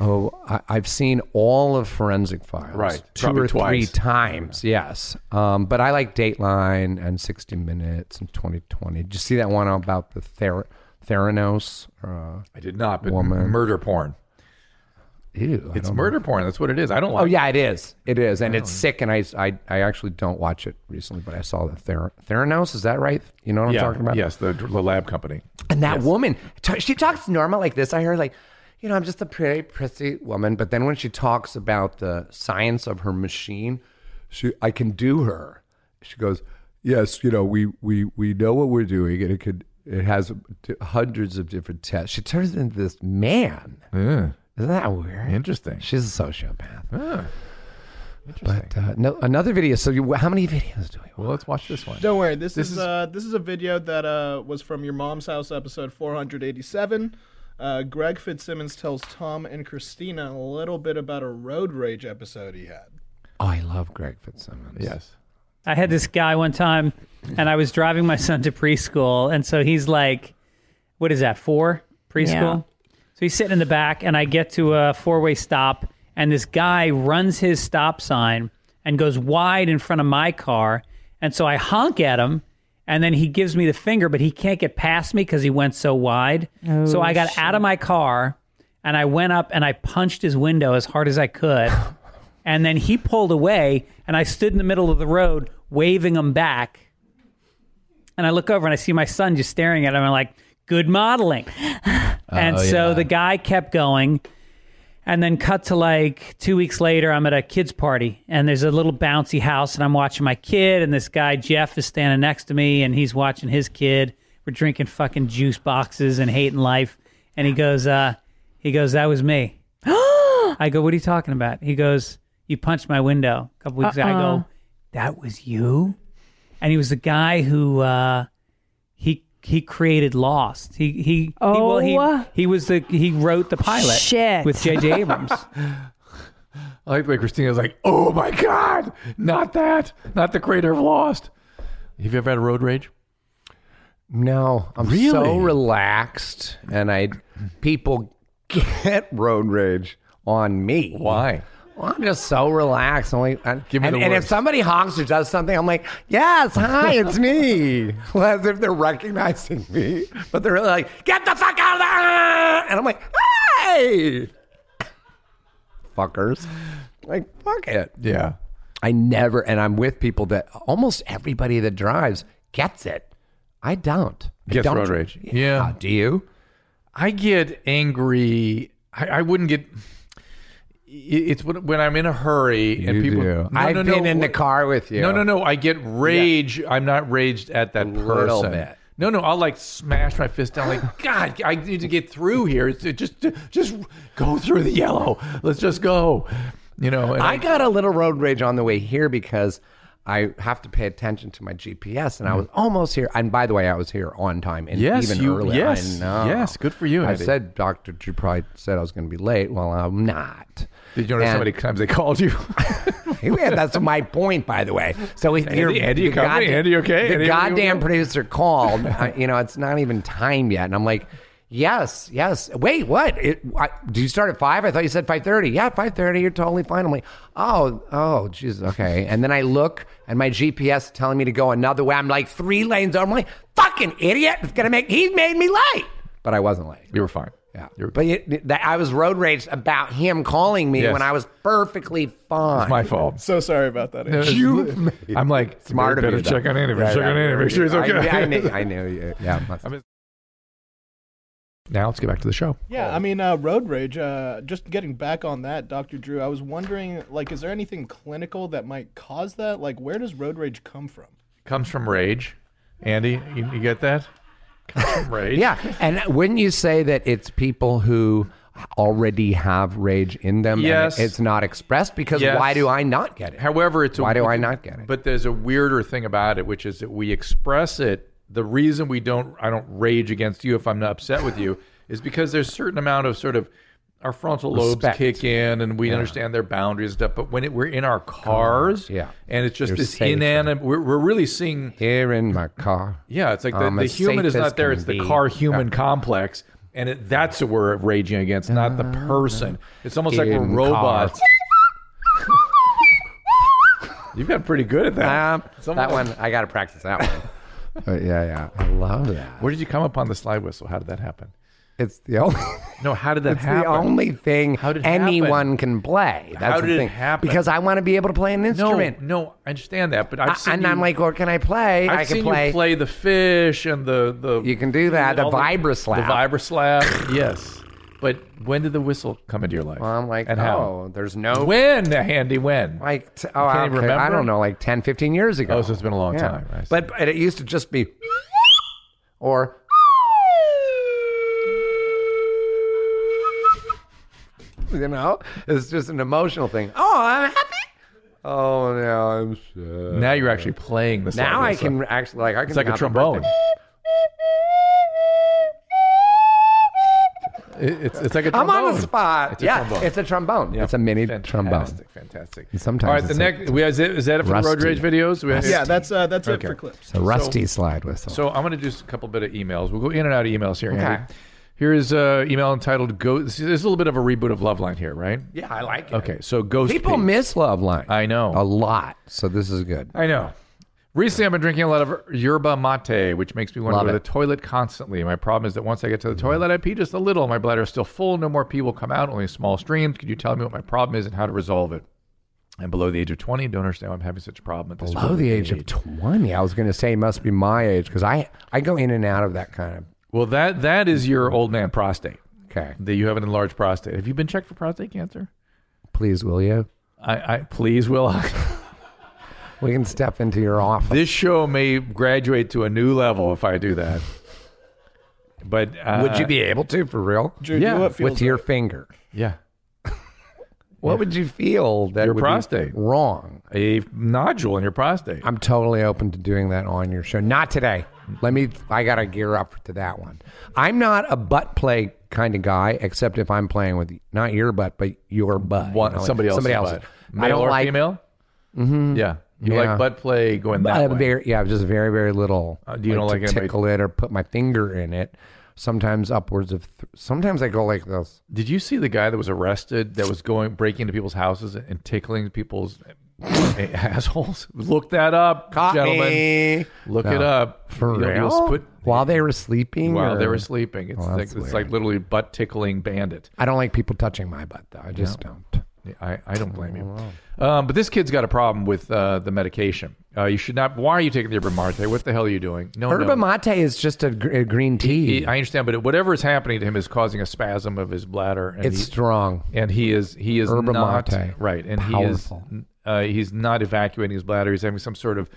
[SPEAKER 2] Oh, I, I've seen all of Forensic Files,
[SPEAKER 1] Right,
[SPEAKER 2] Two
[SPEAKER 1] probably
[SPEAKER 2] or three
[SPEAKER 1] twice.
[SPEAKER 2] times, yes. Um, but I like Dateline and 60 Minutes and 2020. Did you see that one about the Ther- Theranos? Uh,
[SPEAKER 1] I did not, but
[SPEAKER 2] Woman.
[SPEAKER 1] murder porn.
[SPEAKER 2] ew, I
[SPEAKER 1] It's
[SPEAKER 2] don't-
[SPEAKER 1] murder porn. That's what it is. I don't
[SPEAKER 2] Oh
[SPEAKER 1] like
[SPEAKER 2] yeah, it is. It is, and it's sick. And I, I, I actually don't watch it recently, but I saw the Ther- Theranos. Is that right? You know what I'm
[SPEAKER 1] Yeah,
[SPEAKER 2] talking about?
[SPEAKER 1] Yes, the, the lab company.
[SPEAKER 2] And that woman, t- she talks normal like this. I heard like, you know, I'm just a pretty, pretty woman. But then when she talks about the science of her machine, she, I can do her. She goes, yes, you know, we we we know what we're doing, and it could, it has d- hundreds of different tests. She turns into this man. Isn't that weird?
[SPEAKER 1] Hmm. Interesting.
[SPEAKER 2] She's a sociopath. But uh, no, another video. So, you, how many videos do we?
[SPEAKER 1] Well, let's watch this one.
[SPEAKER 4] Don't worry. This, is,
[SPEAKER 1] is-
[SPEAKER 4] uh, this is a video that uh, was from your mom's house, episode 487. Uh, Greg Fitzsimmons tells Tom and Christina a little bit about a road rage episode he had.
[SPEAKER 2] Oh, I love Greg Fitzsimmons.
[SPEAKER 1] Yes.
[SPEAKER 5] I had this guy one time, and I was driving my son to preschool, and so he's like, "What is that? Four preschool?" So he's sitting in the back, and I get to a four-way stop, and this guy runs his stop sign and goes wide in front of my car, and so I honk at him, and then he gives me the finger, but he can't get past me because he went so wide. so I got out of my car, and I went up and I punched his window as hard as I could. And then he pulled away, and I stood in the middle of the road waving him back. And I look over and I see my son just staring at him. I'm like, good modeling. and so the guy kept going. And then cut to like two weeks later, I'm at a kid's party, and there's a little bouncy house, and I'm watching my kid, and this guy, Jeff, is standing next to me, and he's watching his kid. We're drinking fucking juice boxes and hating life. And he goes, uh, he goes, that was me. I go, what are you talking about? He goes, you punched my window a couple weeks ago. I go, that was you? And he was the guy who uh, he he created Lost. He he he, well,
[SPEAKER 6] Oh.
[SPEAKER 5] he he was the he wrote the pilot
[SPEAKER 6] Shit.
[SPEAKER 5] with J.J. Abrams.
[SPEAKER 1] I like the way Christina's like, oh my God, not that, not the creator of Lost. Have you ever had a road rage?
[SPEAKER 2] No, I'm so
[SPEAKER 1] Really?
[SPEAKER 2] relaxed, and I people get road rage on me.
[SPEAKER 1] Why?
[SPEAKER 2] Well, I'm just so relaxed. I'm like, and,
[SPEAKER 1] Give me
[SPEAKER 2] and,
[SPEAKER 1] the
[SPEAKER 2] and if
[SPEAKER 1] worst.
[SPEAKER 2] somebody honks or does something, I'm like, yes, hi, it's me. Well, As if they're recognizing me, but they're really like, get the fuck out of there! And I'm like, hey, fuckers, like fuck it.
[SPEAKER 1] Yeah.
[SPEAKER 2] I never, and I'm with people that almost everybody that drives gets it. I don't. I
[SPEAKER 1] Gets
[SPEAKER 2] don't.
[SPEAKER 1] road rage.
[SPEAKER 2] Yeah. Oh,
[SPEAKER 1] Yeah.
[SPEAKER 2] Do you?
[SPEAKER 1] I get angry. I, I wouldn't get. i- It's when, when I'm in a hurry and people. No,
[SPEAKER 2] I've
[SPEAKER 1] no, no,
[SPEAKER 2] been in the
[SPEAKER 1] wh-
[SPEAKER 2] car with you.
[SPEAKER 1] No, no, no. I get rage. I'm not raged at that
[SPEAKER 2] little
[SPEAKER 1] person.
[SPEAKER 2] bit.
[SPEAKER 1] No, no. I'll like smash my fist down. Like, God, I need to get through here. It's, it just, just go through the yellow. Let's just go. You know. And
[SPEAKER 2] I got a little road rage on the way here because I have to pay attention to my GPS, and I was almost here. And by the way, I was here on time and
[SPEAKER 1] Mm. Yes,
[SPEAKER 2] even
[SPEAKER 1] you-
[SPEAKER 2] earlier.
[SPEAKER 1] yes,
[SPEAKER 2] I know.
[SPEAKER 1] yes, good for you,
[SPEAKER 2] I
[SPEAKER 1] Andy.
[SPEAKER 2] said, Doctor, you probably said I was going to be late. Well, I'm not.
[SPEAKER 1] Did you notice how
[SPEAKER 2] And-
[SPEAKER 1] many times they called you?
[SPEAKER 2] yeah, that's my point, by the way. So we,
[SPEAKER 1] Andy, Andy, you
[SPEAKER 2] the
[SPEAKER 1] coming?
[SPEAKER 2] goddamn-
[SPEAKER 1] Andy, you okay?
[SPEAKER 2] The
[SPEAKER 1] Andy, you
[SPEAKER 2] goddamn
[SPEAKER 1] okay?
[SPEAKER 2] producer called. I, you know, it's not even time yet, and I'm like, yes, yes. Wait, what? It, I, do you start at five? I thought you said five thirty. Yeah, five thirty. You're totally fine. I'm like, oh, oh, jeez, okay. And then I look, and my GPS is telling me to go another way. I'm like three lanes over. I'm like, fucking idiot! It's gonna make he made me late, but I wasn't late.
[SPEAKER 1] you were fine.
[SPEAKER 2] Yeah,
[SPEAKER 1] You were-
[SPEAKER 2] but it, that, I was road rage about him calling me
[SPEAKER 1] Yes.
[SPEAKER 2] when I was perfectly fine.
[SPEAKER 1] my fault.
[SPEAKER 4] So sorry about that. Andrew.
[SPEAKER 1] You, I'm like
[SPEAKER 2] Smart of
[SPEAKER 1] Better
[SPEAKER 2] you, though.
[SPEAKER 1] check on Andy.
[SPEAKER 2] Yeah,
[SPEAKER 1] check
[SPEAKER 2] yeah,
[SPEAKER 1] on Andy. Make sure he's
[SPEAKER 2] I-
[SPEAKER 1] okay.
[SPEAKER 2] I, knew, I knew you. Yeah. it must-
[SPEAKER 1] now let's get back to the show.
[SPEAKER 4] Yeah, I mean, uh, road rage. Uh, just getting back on that, Doctor Drew. I was wondering, like, is there anything clinical that might cause that? Like, where does road rage come from?
[SPEAKER 1] Comes from rage, Andy. You, you get that? Comes from rage.
[SPEAKER 2] yeah. And wouldn't you say that it's people who already have rage in them? and
[SPEAKER 1] Yes.
[SPEAKER 2] it's not expressed because
[SPEAKER 1] Yes.
[SPEAKER 2] why do I not get it?
[SPEAKER 1] However, it's a-
[SPEAKER 2] Why do I not get it?
[SPEAKER 1] But there's a weirder thing about it, which is that we express it. The reason we don't, I don't rage against you if I'm not upset with you, is because there's certain amount of sort of our frontal lobes
[SPEAKER 2] Respect.
[SPEAKER 1] kick in, and we understand their boundaries and stuff. But when it, we're in our cars,
[SPEAKER 2] yeah.
[SPEAKER 1] and it's just
[SPEAKER 2] You're
[SPEAKER 1] this
[SPEAKER 2] safe.
[SPEAKER 1] inanimate. We're, we're really seeing
[SPEAKER 2] Here in my car.
[SPEAKER 1] Yeah, it's like the,
[SPEAKER 2] Um,
[SPEAKER 1] the
[SPEAKER 2] as
[SPEAKER 1] human
[SPEAKER 2] safe
[SPEAKER 1] is
[SPEAKER 2] as
[SPEAKER 1] not there.
[SPEAKER 2] can
[SPEAKER 1] It's the
[SPEAKER 2] be.
[SPEAKER 1] car human complex. And it, that's what we're raging against, not the person. It's almost like we're
[SPEAKER 2] Uh-huh. In
[SPEAKER 1] robots. You've gotten pretty good at that.
[SPEAKER 2] Um, that one, I got to practice that one. but yeah, yeah. I love that.
[SPEAKER 1] Where did you come upon the slide whistle? How did that happen?
[SPEAKER 2] It's the only,
[SPEAKER 1] No, how did that
[SPEAKER 2] it's
[SPEAKER 1] happen?
[SPEAKER 2] the only thing
[SPEAKER 1] How did it
[SPEAKER 2] anyone can play. That's
[SPEAKER 1] How
[SPEAKER 2] the
[SPEAKER 1] did it
[SPEAKER 2] thing.
[SPEAKER 1] happen?
[SPEAKER 2] Because I want to be able to play an
[SPEAKER 1] no,
[SPEAKER 2] instrument.
[SPEAKER 1] no, I understand that, but I've seen
[SPEAKER 2] and
[SPEAKER 1] you,
[SPEAKER 2] I'm like, what can I play?
[SPEAKER 1] I've
[SPEAKER 2] I can
[SPEAKER 1] seen
[SPEAKER 2] play.
[SPEAKER 1] you play the fish and the the.
[SPEAKER 2] You can do that, the
[SPEAKER 1] all
[SPEAKER 2] vibroslap.
[SPEAKER 1] The vibroslap, yes. But when did the whistle come into your life?
[SPEAKER 2] I'm like,
[SPEAKER 1] and
[SPEAKER 2] oh,
[SPEAKER 1] how?
[SPEAKER 2] there's no
[SPEAKER 1] When, Handy? When?
[SPEAKER 2] like t- oh, I,
[SPEAKER 1] even
[SPEAKER 2] don't- I
[SPEAKER 1] remember?
[SPEAKER 2] don't know, like 10, 15 years ago.
[SPEAKER 1] Oh, so it's been a long
[SPEAKER 2] Yeah.
[SPEAKER 1] time. I see.
[SPEAKER 2] But, but it used to just be or you know, it's just an emotional thing. Oh, I'm happy. Oh, now I'm sad.
[SPEAKER 1] now you're actually playing the. slide
[SPEAKER 2] Now I
[SPEAKER 1] whistle.
[SPEAKER 2] can actually like I can
[SPEAKER 1] It's like a
[SPEAKER 2] have the
[SPEAKER 1] trombone.
[SPEAKER 2] birthday.
[SPEAKER 1] It- It's, it's like a
[SPEAKER 2] I'm
[SPEAKER 1] trombone.
[SPEAKER 2] on the spot.
[SPEAKER 1] It's a
[SPEAKER 2] yeah,
[SPEAKER 1] trombone.
[SPEAKER 2] it's a trombone. It's a mini
[SPEAKER 1] fantastic,
[SPEAKER 2] trombone.
[SPEAKER 1] Fantastic.
[SPEAKER 2] sometimes
[SPEAKER 1] All right, the
[SPEAKER 2] it's like
[SPEAKER 1] next. we, is, it, is that it for the road
[SPEAKER 2] rusty.
[SPEAKER 1] rage videos? We-
[SPEAKER 4] Yeah, that's uh, that's
[SPEAKER 1] Okay.
[SPEAKER 4] it for clips.
[SPEAKER 2] It's a rusty slide whistle.
[SPEAKER 1] So I'm going to do just a couple bit of emails. We'll go in and out of emails here. Andy.
[SPEAKER 2] Okay.
[SPEAKER 1] Here is uh, email entitled "Go." This is a little bit of a reboot of Loveline here, right?
[SPEAKER 2] yeah, I like it.
[SPEAKER 1] Okay, so Ghost.
[SPEAKER 2] People
[SPEAKER 1] Pete.
[SPEAKER 2] miss Love Line.
[SPEAKER 1] I know.
[SPEAKER 2] a lot. So this is good.
[SPEAKER 1] I know. Recently, I've been drinking a lot of yerba mate, which makes me want
[SPEAKER 2] Love
[SPEAKER 1] to go to
[SPEAKER 2] it.
[SPEAKER 1] the toilet constantly. My problem is that once I get to the toilet, I pee just a little. My bladder is still full. No more pee will come out, only small streams. Could you tell me what my problem is and how to resolve it? I'm below the age of 20. Don't understand why I'm having such a problem at this
[SPEAKER 2] Below
[SPEAKER 1] early
[SPEAKER 2] the age of twenty, I was going to say must be my age because I I go in and out of that kind of.
[SPEAKER 1] Well, that that is your old man prostate.
[SPEAKER 2] Okay,
[SPEAKER 1] That you have an enlarged prostate. Have you been checked for prostate cancer?
[SPEAKER 2] please will you?
[SPEAKER 1] I, I please will.
[SPEAKER 2] We can step into your office.
[SPEAKER 1] this show may graduate to a new level if I do that. But uh,
[SPEAKER 2] would you be able to for real
[SPEAKER 4] Drew,
[SPEAKER 1] Yeah,
[SPEAKER 4] do what feels
[SPEAKER 2] with your finger?
[SPEAKER 1] Yeah,
[SPEAKER 2] What would you feel that
[SPEAKER 1] Your
[SPEAKER 2] would be
[SPEAKER 1] prostate.
[SPEAKER 2] wrong?
[SPEAKER 1] a nodule in your prostate.
[SPEAKER 2] I'm totally open to doing that on your show. Not today. Let me. I gotta gear up to that one. I'm not a butt play kind of guy, except if I'm playing with not your butt, but your butt. you
[SPEAKER 1] One,
[SPEAKER 2] know, like
[SPEAKER 1] somebody else's
[SPEAKER 2] Somebody
[SPEAKER 1] butt.
[SPEAKER 2] else's.
[SPEAKER 1] Male
[SPEAKER 2] I don't
[SPEAKER 1] or
[SPEAKER 2] like.
[SPEAKER 1] female. Mm-hmm. Yeah, you
[SPEAKER 2] Yeah.
[SPEAKER 1] like butt play going that
[SPEAKER 2] I have
[SPEAKER 1] way.
[SPEAKER 2] very yeah, just very very little.
[SPEAKER 1] Uh, do you not
[SPEAKER 2] to
[SPEAKER 1] like anybody-
[SPEAKER 2] tickle it or put my finger in it? Sometimes upwards of. Th- sometimes I go like this.
[SPEAKER 1] Did you see the guy that was arrested that was going breaking into people's houses and tickling people's assholes? Look that up,
[SPEAKER 2] Caught
[SPEAKER 1] gentlemen.
[SPEAKER 2] me.
[SPEAKER 1] Look
[SPEAKER 2] No.
[SPEAKER 1] it up
[SPEAKER 2] For
[SPEAKER 1] You'll- you'll
[SPEAKER 2] real?
[SPEAKER 1] put-
[SPEAKER 2] "Oh." while they were sleeping.
[SPEAKER 1] while they
[SPEAKER 2] or-
[SPEAKER 1] were sleeping. It's
[SPEAKER 2] Well,
[SPEAKER 1] like
[SPEAKER 2] that's
[SPEAKER 1] it's like literally butt tickling bandit.
[SPEAKER 2] I don't like people touching my butt though. I just don't.
[SPEAKER 1] Yeah, I, I don't blame you.
[SPEAKER 2] Oh,
[SPEAKER 1] Um, but this kid's got a problem with uh, the medication. Uh, you should not. Why are you taking the yerba mate? What the hell are you doing? No, no.
[SPEAKER 2] Herba mate is just a, gr- a green tea.
[SPEAKER 1] He- I understand, but whatever is happening to him is causing a spasm of his bladder, and
[SPEAKER 2] it's
[SPEAKER 1] he,
[SPEAKER 2] strong.
[SPEAKER 1] and he is he is
[SPEAKER 2] Herba
[SPEAKER 1] not
[SPEAKER 2] mate.
[SPEAKER 1] right, and
[SPEAKER 2] Powerful.
[SPEAKER 1] he is uh, he's not evacuating his bladder. He's having some sort of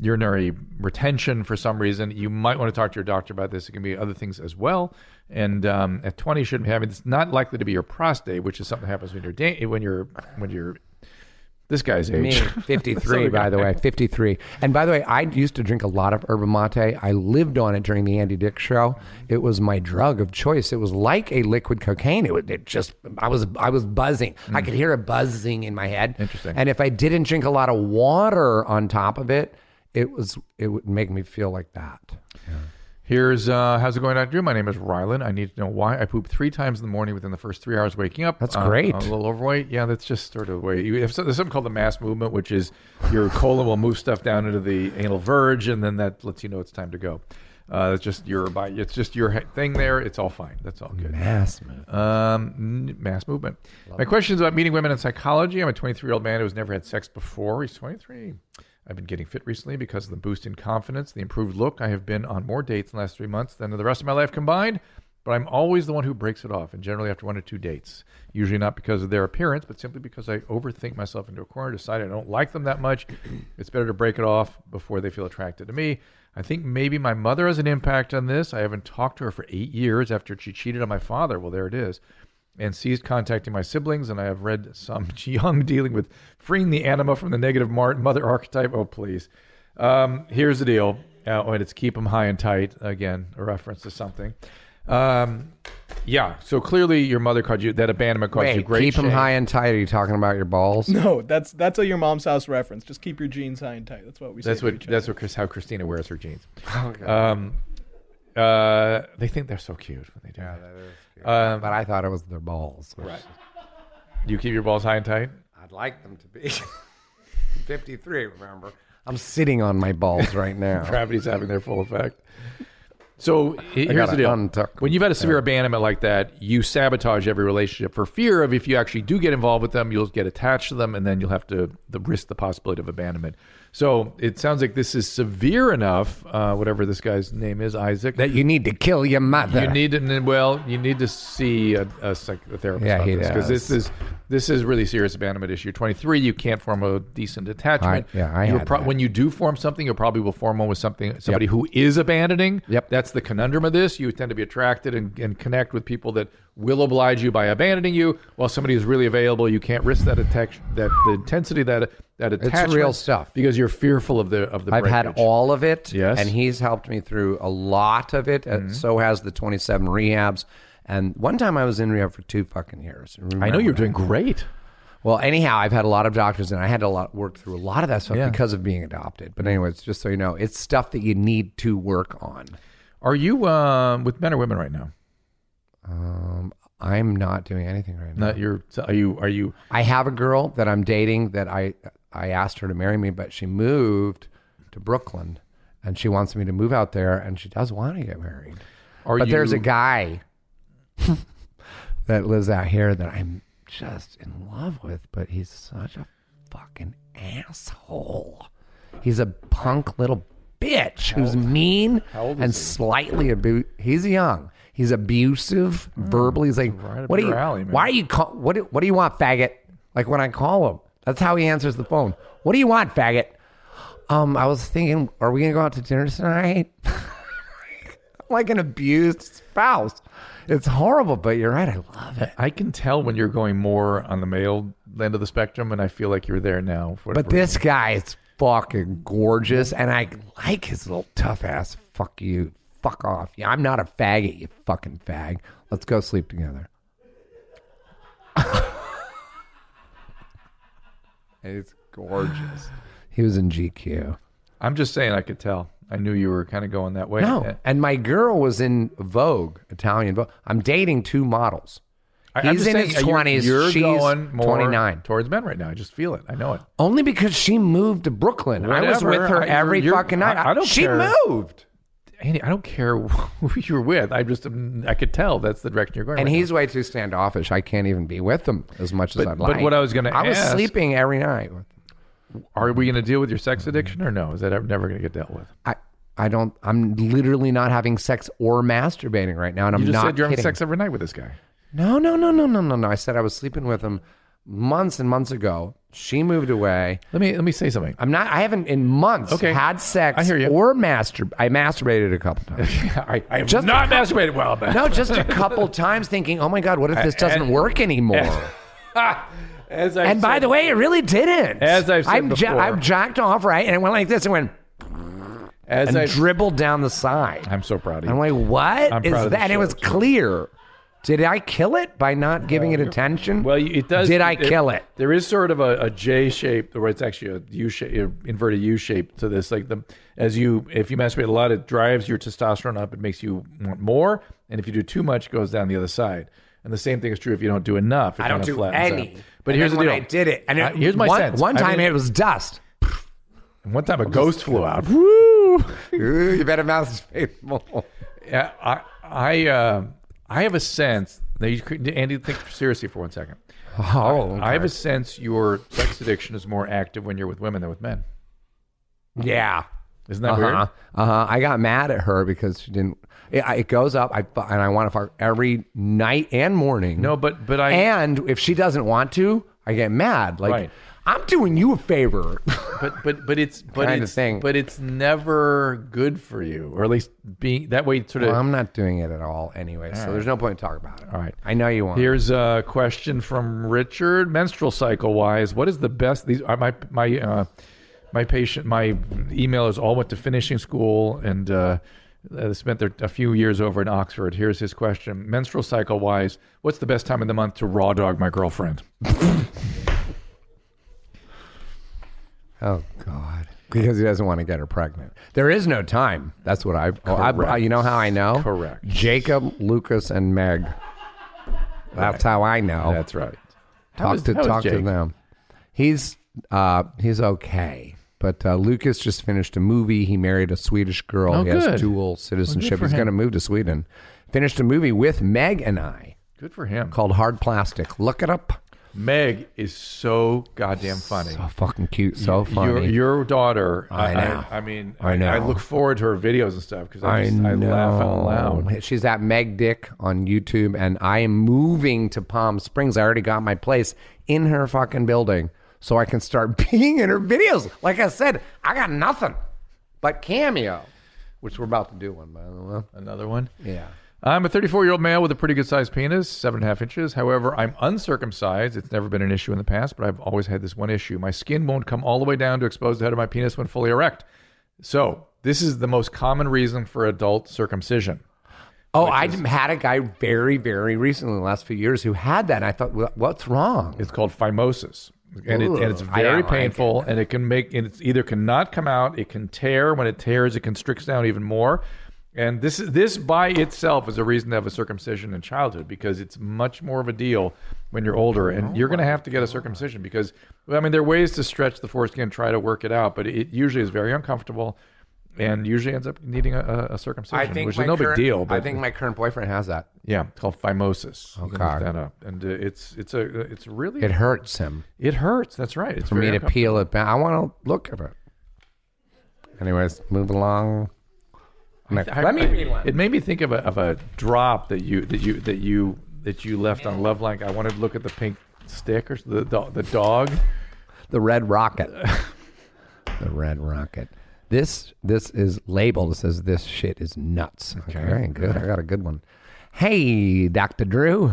[SPEAKER 1] urinary retention for some reason. You might want to talk to your doctor about this. It can be other things as well. And um, at twenty, you shouldn't be having. It's not likely to be your prostate, which is something that happens when you're da- when you're when you're this guy's
[SPEAKER 2] Me,
[SPEAKER 1] age.
[SPEAKER 2] 53, by the way, 53. And by the way, I used to drink a lot of herba mate. I lived on it during the Andy Dick show. It was my drug of choice. It was like a liquid cocaine. It, would, it just, I was, I was buzzing. I could hear a buzzing in my head.
[SPEAKER 1] Mm. Interesting.
[SPEAKER 2] And if I didn't drink a lot of water on top of it, it was, it would make me feel like that.
[SPEAKER 1] Here's uh, how's it going, Dr. Drew? My name is Rylan. I need to know why I poop three times in the morning within the first three hours of waking up.
[SPEAKER 2] That's
[SPEAKER 1] Uh,
[SPEAKER 2] great.
[SPEAKER 1] I'm a little overweight. Yeah, that's just sort of the way. You have so, there's something called the mass movement, which is your colon will move stuff down into the anal verge, and then that lets you know it's time to go. Uh, it's just your body. It's just your he- thing there. It's all fine. That's all good.
[SPEAKER 2] Ass move.
[SPEAKER 1] Um, n- mass movement. My question is about meeting women in psychology. I'm a 23 year old man who's never had sex before. He's 23. I've been getting fit recently because of the boost in confidence, the improved look. I have been on more dates in the last three months than the rest of my life combined, but I'm always the one who breaks it off, and generally after one or two dates. Usually not because of their appearance, but simply because I overthink myself into a corner, decide I don't like them that much. It's better to break it off before they feel attracted to me. I think maybe my mother has an impact on this. I haven't talked to her for eight years after she cheated on my father. Well, there it is. And ceased contacting my siblings, and I have read some Jung dealing with freeing the anima from the negative mar- mother archetype. Oh, please. Um, here's the deal. Uh, and it's keep them high and tight. Again, a reference to something. Um, yeah. So clearly, your mother caused you that abandonment caused you
[SPEAKER 2] Wait,
[SPEAKER 1] great
[SPEAKER 2] keep them
[SPEAKER 1] shame.
[SPEAKER 2] high and tight. Are you talking about your balls?
[SPEAKER 4] No, that's that's a your mom's house reference. Just keep your jeans high and tight. That's what we say.
[SPEAKER 1] That's
[SPEAKER 4] to
[SPEAKER 1] what
[SPEAKER 4] each
[SPEAKER 1] that's what Chris how Christina wears her jeans. Um, uh, they think they're so cute when they do that. Um,
[SPEAKER 2] but I thought it was their balls. Which
[SPEAKER 1] Do you keep your balls high and tight?
[SPEAKER 2] I'd like them to be. 53, remember? I'm sitting on my balls right now.
[SPEAKER 1] Gravity's having their full effect. So he- here's
[SPEAKER 2] gotta
[SPEAKER 1] the deal:
[SPEAKER 2] untuck
[SPEAKER 1] when you've had a severe abandonment like that, you sabotage every relationship for fear of if you actually do get involved with them, you'll get attached to them, and then you'll have to the, risk the possibility of abandonment. So it sounds like this is severe enough. Uh, whatever this guy's name is, Isaac.
[SPEAKER 2] that you need to kill your mother.
[SPEAKER 1] you need to well, you need to see a, a psychotherapist.
[SPEAKER 2] Yeah, he
[SPEAKER 1] because this
[SPEAKER 2] does.
[SPEAKER 1] is this is really serious abandonment issue. Twenty three, you can't form a decent attachment.
[SPEAKER 2] I- yeah, I
[SPEAKER 1] You'll
[SPEAKER 2] had that.
[SPEAKER 1] When you do form something, you probably will form one with something somebody who is abandoning.
[SPEAKER 2] Yep.
[SPEAKER 1] that's the conundrum of this. You tend to be attracted and, and connect with people that will oblige you by abandoning you, while somebody is really available. You can't risk that attach that the intensity of that that attachment.
[SPEAKER 2] real stuff.
[SPEAKER 1] because you're fearful of the of the.
[SPEAKER 2] I've had
[SPEAKER 1] breakage.
[SPEAKER 2] all of it.
[SPEAKER 1] Yes. Mm-hmm.
[SPEAKER 2] And he's helped me through a lot of it. and So has the 27 rehabs. And one time I was in rehab for two fucking years.
[SPEAKER 1] I know you're
[SPEAKER 2] Remember
[SPEAKER 1] doing great.
[SPEAKER 2] that. Well, anyhow, I've had a lot of doctors and I had a lot work through a lot of that stuff
[SPEAKER 1] Yeah.
[SPEAKER 2] because of being adopted. But anyways, just so you know, it's stuff that you need to work on.
[SPEAKER 1] Are you um, with men or women right now?
[SPEAKER 2] Um, I'm not doing anything right now.
[SPEAKER 1] Not your. Are you? Are you?
[SPEAKER 2] I have a girl that I'm dating that I I asked her to marry me, but she moved to Brooklyn and she wants me to move out there and she does want to get married.
[SPEAKER 1] Are
[SPEAKER 2] but
[SPEAKER 1] you,
[SPEAKER 2] there's a guy that lives out here that I'm just in love with, but he's such a fucking asshole. He's a punk little bitch who's mean and slightly abu. He's young. He's abusive verbally. He's like,
[SPEAKER 1] Hmm. right up
[SPEAKER 2] "What do
[SPEAKER 1] your
[SPEAKER 2] you?
[SPEAKER 1] alley, man."
[SPEAKER 2] why are you call? What? do- What do you want, faggot?" Like when I call him, that's how he answers the phone. "What do you want, faggot?" Um, I was thinking, are we gonna go out to dinner tonight? like an abused spouse. It's horrible, but you're right. I love it.
[SPEAKER 1] I can tell when you're going more on the male end of the spectrum, and I feel like you're there now. for
[SPEAKER 2] But
[SPEAKER 1] whatever
[SPEAKER 2] this guy is fucking gorgeous, and I like his little tough ass. Fuck you. Fuck off. Yeah, I'm not a faggot. You fucking fag. Let's go sleep together. it's gorgeous. He was in GQ.
[SPEAKER 1] reason. I'm just saying, I could tell. I knew you were kind of going that way.
[SPEAKER 2] No, and my girl was in Vogue, Italian Vogue. I'm dating two models.
[SPEAKER 1] I, I'm
[SPEAKER 2] He's
[SPEAKER 1] just
[SPEAKER 2] in
[SPEAKER 1] saying,
[SPEAKER 2] his
[SPEAKER 1] uh, you're-
[SPEAKER 2] 20s,
[SPEAKER 1] You're
[SPEAKER 2] she's
[SPEAKER 1] going more
[SPEAKER 2] 29.
[SPEAKER 1] towards men right now. I just feel it. I know it.
[SPEAKER 2] Only because she moved to Brooklyn. I was
[SPEAKER 1] Whatever.
[SPEAKER 2] with her
[SPEAKER 1] I-
[SPEAKER 2] every
[SPEAKER 1] you're-
[SPEAKER 2] fucking night.
[SPEAKER 1] I- I don't
[SPEAKER 2] she
[SPEAKER 1] care.
[SPEAKER 2] moved.
[SPEAKER 1] Andy, I don't care who you're with. I just, I could tell that's the direction you're going.
[SPEAKER 2] And
[SPEAKER 1] right
[SPEAKER 2] he's way too standoffish. I can't even be with him as much as
[SPEAKER 1] But-
[SPEAKER 2] I'd
[SPEAKER 1] but
[SPEAKER 2] like.
[SPEAKER 1] what I was gonna
[SPEAKER 2] I was
[SPEAKER 1] ask-
[SPEAKER 2] sleeping every night. with-
[SPEAKER 1] now. are we going to deal with your sex addiction or no? Is that never going to get dealt with?
[SPEAKER 2] I, I don't. I'm literally not having sex or masturbating right now, and
[SPEAKER 1] You
[SPEAKER 2] I'm
[SPEAKER 1] just
[SPEAKER 2] not
[SPEAKER 1] said you're having
[SPEAKER 2] kidding.
[SPEAKER 1] sex every night with this guy.
[SPEAKER 2] No, no, no, no, no, no, no. I said I was sleeping with him months and months ago. She moved away.
[SPEAKER 1] Let me let me say something.
[SPEAKER 2] I'm not. I haven't in months
[SPEAKER 1] Okay.
[SPEAKER 2] had sex
[SPEAKER 1] I hear you.
[SPEAKER 2] or mastur. I masturbated a couple times.
[SPEAKER 1] I, I have
[SPEAKER 2] Just-
[SPEAKER 1] not masturbated well. man.
[SPEAKER 2] no, just a couple times, thinking, "Oh my god, what if this doesn't
[SPEAKER 1] and-
[SPEAKER 2] work anymore?"
[SPEAKER 1] As I
[SPEAKER 2] and by
[SPEAKER 1] said-
[SPEAKER 2] the way, it really didn't.
[SPEAKER 1] As I've said
[SPEAKER 2] I'm
[SPEAKER 1] before.
[SPEAKER 2] I'm jacked off right, and it went like this, and went
[SPEAKER 1] as
[SPEAKER 2] and
[SPEAKER 1] I,
[SPEAKER 2] dribbled down the side.
[SPEAKER 1] I'm so proud of you.
[SPEAKER 2] I'm like, what is
[SPEAKER 1] I'm proud of
[SPEAKER 2] that?
[SPEAKER 1] the
[SPEAKER 2] And it
[SPEAKER 1] show,
[SPEAKER 2] was
[SPEAKER 1] too.
[SPEAKER 2] clear. Did I kill it by not giving it attention?
[SPEAKER 1] Well, you- it does.
[SPEAKER 2] Did I
[SPEAKER 1] there-
[SPEAKER 2] kill it?
[SPEAKER 1] There is sort of a, a J shape, or it's actually a U shape, inverted U shape to this. Like the as you, if you masturbate a lot, it drives your testosterone up. It makes you want more, and if you do too much, it goes down the other side. And the same thing is true if you don't do enough. It
[SPEAKER 2] I don't
[SPEAKER 1] kinda
[SPEAKER 2] do
[SPEAKER 1] flattens out.
[SPEAKER 2] any.
[SPEAKER 1] But
[SPEAKER 2] And
[SPEAKER 1] here's the
[SPEAKER 2] then
[SPEAKER 1] deal.
[SPEAKER 2] when I did it, and
[SPEAKER 1] Uh,
[SPEAKER 2] it-
[SPEAKER 1] here's my
[SPEAKER 2] one,
[SPEAKER 1] sense.
[SPEAKER 2] One
[SPEAKER 1] I
[SPEAKER 2] time
[SPEAKER 1] mean-
[SPEAKER 2] it was dust.
[SPEAKER 1] One time a ghost flew out. Woo!
[SPEAKER 2] Ooh, you better masturbate more.
[SPEAKER 1] Yeah, I I uh, I have a sense that you could, Andy think seriously for one second.
[SPEAKER 2] Oh,
[SPEAKER 1] I have a sense your sex addiction is more active when you're with women than with men.
[SPEAKER 2] yeah.
[SPEAKER 1] Isn't that
[SPEAKER 2] Uh-huh.
[SPEAKER 1] weird?
[SPEAKER 2] Uh-huh. I got mad at her because she didn't. It, I- it goes up, I fu- and I want to fuck every night and morning.
[SPEAKER 1] No, but but I
[SPEAKER 2] and if she doesn't want to, I get mad. Like
[SPEAKER 1] Right.
[SPEAKER 2] I'm doing you a favor.
[SPEAKER 1] but but but it's but
[SPEAKER 2] Kinda
[SPEAKER 1] it's
[SPEAKER 2] thing.
[SPEAKER 1] but it's never good for you, or at least being that way. Sort of.
[SPEAKER 2] Well, I'm not doing it at all anyway, so there's no point in talking about it.
[SPEAKER 1] All right.
[SPEAKER 2] I know you want.
[SPEAKER 1] Here's a question from Richard. Menstrual cycle wise, what is the best? These are my my uh, my patient. My emailers all went to finishing school and uh, uh, spent their, a few years over in Oxford. Here's his question: Menstrual cycle wise, what's the best time of the month to raw dog my girlfriend?
[SPEAKER 2] Oh God. because he doesn't want to get her pregnant. There is no time. That's what I. oh, I-
[SPEAKER 1] Correct.
[SPEAKER 2] you know how I know?
[SPEAKER 1] Correct.
[SPEAKER 2] Jacob, Lucas, and Meg. That's how I know.
[SPEAKER 1] That's right. How
[SPEAKER 2] talk
[SPEAKER 1] is-
[SPEAKER 2] to
[SPEAKER 1] how is
[SPEAKER 2] talk to
[SPEAKER 1] Jake?
[SPEAKER 2] them. He's uh, he's okay, but uh, Lucas just finished a movie. He married a Swedish girl.
[SPEAKER 1] Oh,
[SPEAKER 2] he
[SPEAKER 1] good.
[SPEAKER 2] has dual citizenship.
[SPEAKER 1] for
[SPEAKER 2] he's
[SPEAKER 1] him.
[SPEAKER 2] going to move to Sweden. Finished a movie with Meg and I
[SPEAKER 1] Good for him.
[SPEAKER 2] called Hard Plastic. Look it up.
[SPEAKER 1] Meg is so goddamn funny.
[SPEAKER 2] So fucking cute. So funny.
[SPEAKER 1] Your, your daughter, I, I,
[SPEAKER 2] know.
[SPEAKER 1] I, mean,
[SPEAKER 2] I know.
[SPEAKER 1] I look forward to her videos and stuff because I,
[SPEAKER 2] I,
[SPEAKER 1] just- I,
[SPEAKER 2] know.
[SPEAKER 1] laugh out loud.
[SPEAKER 2] She's at Meg Dick on YouTube, and I am moving to Palm Springs. I already got my place in her fucking building, so I can start being in her videos. Like I said, I got nothing but cameo, which we're about to do one by the way.
[SPEAKER 1] Another one.
[SPEAKER 2] Yeah,
[SPEAKER 1] I'm a 34 year old male with a pretty good sized penis, seven and a half inches. However, I'm uncircumcised. It's never been an issue in the past, but I've always had this one issue. My skin won't come all the way down to expose the head of my penis when fully erect. So, this is the most common reason for adult circumcision.
[SPEAKER 2] Oh, I had a guy very, very recently, in the last few years, who had that. And I thought, well, what's wrong?
[SPEAKER 1] It's called phimosis, and, it, and it's
[SPEAKER 2] Ooh, I
[SPEAKER 1] very
[SPEAKER 2] don't like
[SPEAKER 1] painful, and it can make and it's either cannot come out, it can tear. When it tears, it constricts down even more. And this is this by itself is a reason to have a circumcision in childhood because it's much more of a deal when you're older, and
[SPEAKER 2] Oh
[SPEAKER 1] you're going to have to get a circumcision because I mean there are ways to stretch the foreskin, try to work it out, but it usually is very uncomfortable, and usually ends up needing a- a, a circumcision, which is no
[SPEAKER 2] current-
[SPEAKER 1] big deal. But
[SPEAKER 2] I think my current boyfriend has that.
[SPEAKER 1] yeah, it's called phimosis. You can look
[SPEAKER 2] Okay.
[SPEAKER 1] that up, and uh, it's it's a it's really
[SPEAKER 2] It hurts him.
[SPEAKER 1] it hurts. That's right. It's
[SPEAKER 2] for me
[SPEAKER 1] very
[SPEAKER 2] to peel it back. I want to look at it. Anyways, move along. Next.
[SPEAKER 1] uncomfortable.
[SPEAKER 2] Let me
[SPEAKER 1] I-
[SPEAKER 2] read one.
[SPEAKER 1] It made me think of a of a drop that you that you that you that you left on Love Like. I wanted to look at the pink stick or s- the the, the dog.
[SPEAKER 2] The red rocket. the red rocket. This this is labeled. It says this shit is nuts. Okay, good. I got a good one. Hey, Doctor Drew.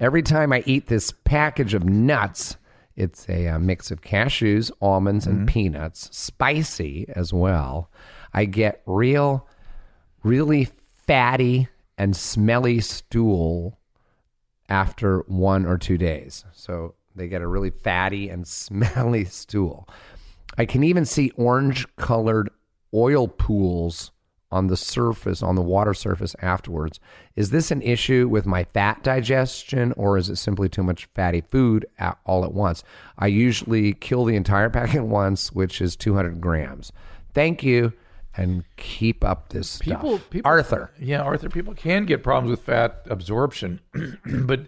[SPEAKER 2] Every time I eat this package of nuts, it's a, uh mix of cashews, almonds, and peanuts, spicy as well. I get real really fatty and smelly stool after one or two days. So they get a really fatty and smelly stool. I can even see orange colored oil pools on the surface, on the water surface afterwards. Is this an issue with my fat digestion or is it simply too much fatty food at, all at once? I usually kill the entire pack at once, which is 200 grams. Thank you and keep up this
[SPEAKER 1] People-
[SPEAKER 2] stuff.
[SPEAKER 1] people-
[SPEAKER 2] Arthur.
[SPEAKER 1] Yeah, Arthur. People can get problems with fat absorption, but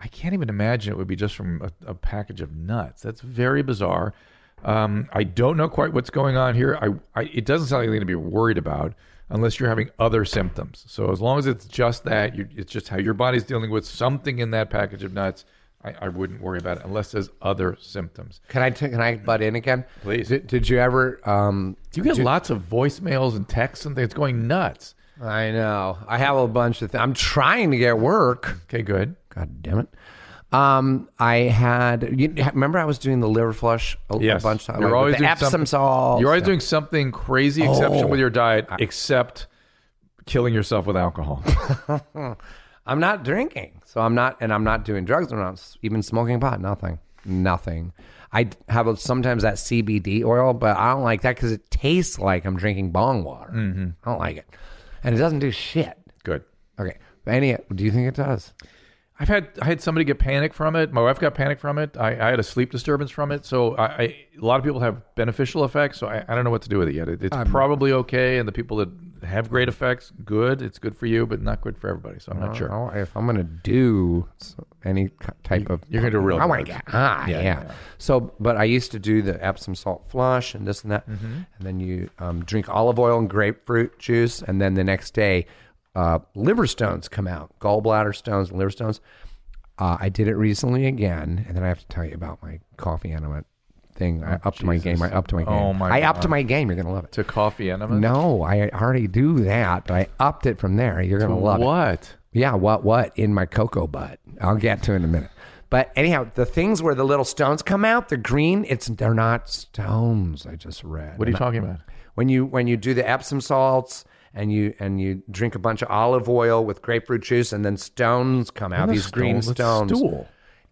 [SPEAKER 1] I can't even imagine it would be just from a, a package of nuts. That's very bizarre. Um, I don't know quite what's going on here. I, I it doesn't sound like anything to be worried about unless you're having other symptoms. So as long as it's just that, you, it's just how your body's dealing with something in that package of nuts. I, I wouldn't worry about it unless there's other symptoms.
[SPEAKER 2] Can I t- can I butt in again?
[SPEAKER 1] Please.
[SPEAKER 2] Did, did you ever? Um,
[SPEAKER 1] You get lots of voicemails and texts and things going nuts.
[SPEAKER 2] I know I have a bunch of. Th- I'm trying to get work.
[SPEAKER 1] Okay, good.
[SPEAKER 2] God damn it! Um, I had. You, remember, I was doing the liver flush a, a bunch of times.
[SPEAKER 1] You're always
[SPEAKER 2] the
[SPEAKER 1] doing
[SPEAKER 2] Epsom
[SPEAKER 1] something-
[SPEAKER 2] salts. Oh.
[SPEAKER 1] You're always doing something crazy exceptional with your diet, except killing yourself with alcohol.
[SPEAKER 2] I'm not drinking, so I'm not, and I'm not doing drugs. I'm not s- even smoking pot. Nothing, nothing. I d- have a, sometimes that CBD oil, but I don't like that because it tastes like I'm drinking bong water.
[SPEAKER 1] Mm-hmm.
[SPEAKER 2] I don't like it, and it doesn't do shit.
[SPEAKER 1] Good.
[SPEAKER 2] Okay, any? Do you think it does?
[SPEAKER 1] I've had I had somebody get panic from it. My wife got panic from it. I, I had a sleep disturbance from it. So I, I a lot of people have beneficial effects. So I, I don't know what to do with it yet. It, it's probably okay, and the people that have great effects, good. It's good for you, but not good for everybody. So I'm not sure.
[SPEAKER 2] Oh, if I'm gonna do s- any k- type of,
[SPEAKER 1] you're gonna do real
[SPEAKER 2] I want to
[SPEAKER 1] work.
[SPEAKER 2] get high.
[SPEAKER 1] Yeah,
[SPEAKER 2] Yeah,
[SPEAKER 1] yeah.
[SPEAKER 2] So, but I used to do the Epsom salt flush and this and that,
[SPEAKER 1] Mm-hmm.
[SPEAKER 2] and then you um, drink olive oil and grapefruit juice, and then the next day, uh, liver stones come out, gallbladder stones, liver stones. Uh, I did it recently again, and then I have to tell you about my coffee enema thing. I upped my game. I upped my game.
[SPEAKER 1] Oh, my
[SPEAKER 2] I upped my game. You're gonna love it.
[SPEAKER 1] To coffee enema.
[SPEAKER 2] No, I already do that, but I upped it from there. You're gonna love it.
[SPEAKER 1] What?
[SPEAKER 2] Yeah, what what in my cocoa butt? I'll get to in a minute. But anyhow, the things where the little stones come out, they're green. It's they're not stones. I just read.
[SPEAKER 1] What are you talking about?
[SPEAKER 2] When you when you do the Epsom salts and you and you drink a bunch of olive oil with grapefruit juice, and then stones come out. These green
[SPEAKER 1] Stool. It's
[SPEAKER 2] stones.
[SPEAKER 1] Stool.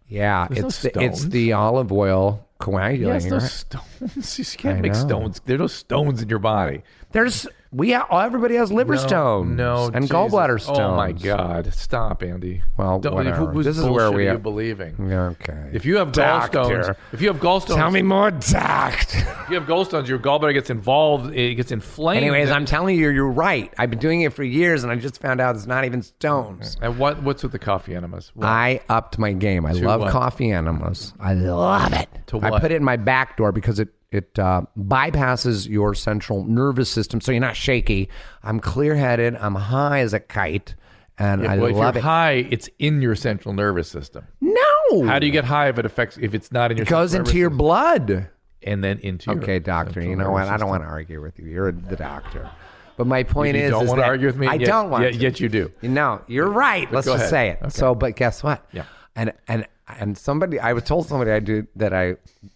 [SPEAKER 2] Yeah,
[SPEAKER 1] no
[SPEAKER 2] it's the, it's
[SPEAKER 1] stones.
[SPEAKER 2] the olive oil coagulating.
[SPEAKER 1] Yes,
[SPEAKER 2] right?
[SPEAKER 1] those stones. You can't make
[SPEAKER 2] know.
[SPEAKER 1] stones. There are no stones in your body.
[SPEAKER 2] There's we ha- oh, everybody has liver stones.
[SPEAKER 1] No,
[SPEAKER 2] Oh, and
[SPEAKER 1] Jesus.
[SPEAKER 2] gallbladder stones.
[SPEAKER 1] Oh my God! Stop, Andy.
[SPEAKER 2] Well,
[SPEAKER 1] Don't-
[SPEAKER 2] whatever.
[SPEAKER 1] Who, who's
[SPEAKER 2] This is where we
[SPEAKER 1] are you
[SPEAKER 2] are-
[SPEAKER 1] believing?
[SPEAKER 2] Okay.
[SPEAKER 1] If you have
[SPEAKER 2] Doctor.
[SPEAKER 1] gallstones, if you have gallstones,
[SPEAKER 2] Tell me more, doctor.
[SPEAKER 1] if you have gallstones, your gallbladder gets involved. It gets inflamed.
[SPEAKER 2] Anyways, I'm telling you, you're right. I've been doing it for years, and I just found out it's not even stones.
[SPEAKER 1] And what what's with the coffee enemas? What-
[SPEAKER 2] I upped my game. I love
[SPEAKER 1] what?
[SPEAKER 2] coffee enemas. I love it.
[SPEAKER 1] To
[SPEAKER 2] I
[SPEAKER 1] what?
[SPEAKER 2] put it in my back door because it it uh, bypasses your central nervous system, so you're not shaky. I'm clear headed. I'm high as a kite, and I
[SPEAKER 1] well, if
[SPEAKER 2] love
[SPEAKER 1] you're
[SPEAKER 2] it.
[SPEAKER 1] high, it's in your central nervous system.
[SPEAKER 2] No,
[SPEAKER 1] How do you get high if it affects if it's not in your
[SPEAKER 2] it goes
[SPEAKER 1] central
[SPEAKER 2] into your
[SPEAKER 1] nervous
[SPEAKER 2] blood?
[SPEAKER 1] system and then into your
[SPEAKER 2] Okay, doctor.
[SPEAKER 1] central
[SPEAKER 2] You know
[SPEAKER 1] nervous
[SPEAKER 2] what? I
[SPEAKER 1] system?
[SPEAKER 2] don't want to argue with you. You're the doctor. But my point
[SPEAKER 1] You
[SPEAKER 2] is,
[SPEAKER 1] don't
[SPEAKER 2] is
[SPEAKER 1] want to
[SPEAKER 2] that
[SPEAKER 1] argue with me.
[SPEAKER 2] I
[SPEAKER 1] and yet-
[SPEAKER 2] don't want.
[SPEAKER 1] Yet,
[SPEAKER 2] to.
[SPEAKER 1] yet you do.
[SPEAKER 2] No, you're right. Let's
[SPEAKER 1] go
[SPEAKER 2] just
[SPEAKER 1] ahead.
[SPEAKER 2] say it.
[SPEAKER 1] Okay.
[SPEAKER 2] So, but guess what?
[SPEAKER 1] Yeah.
[SPEAKER 2] And and and somebody, I was told somebody I do that. I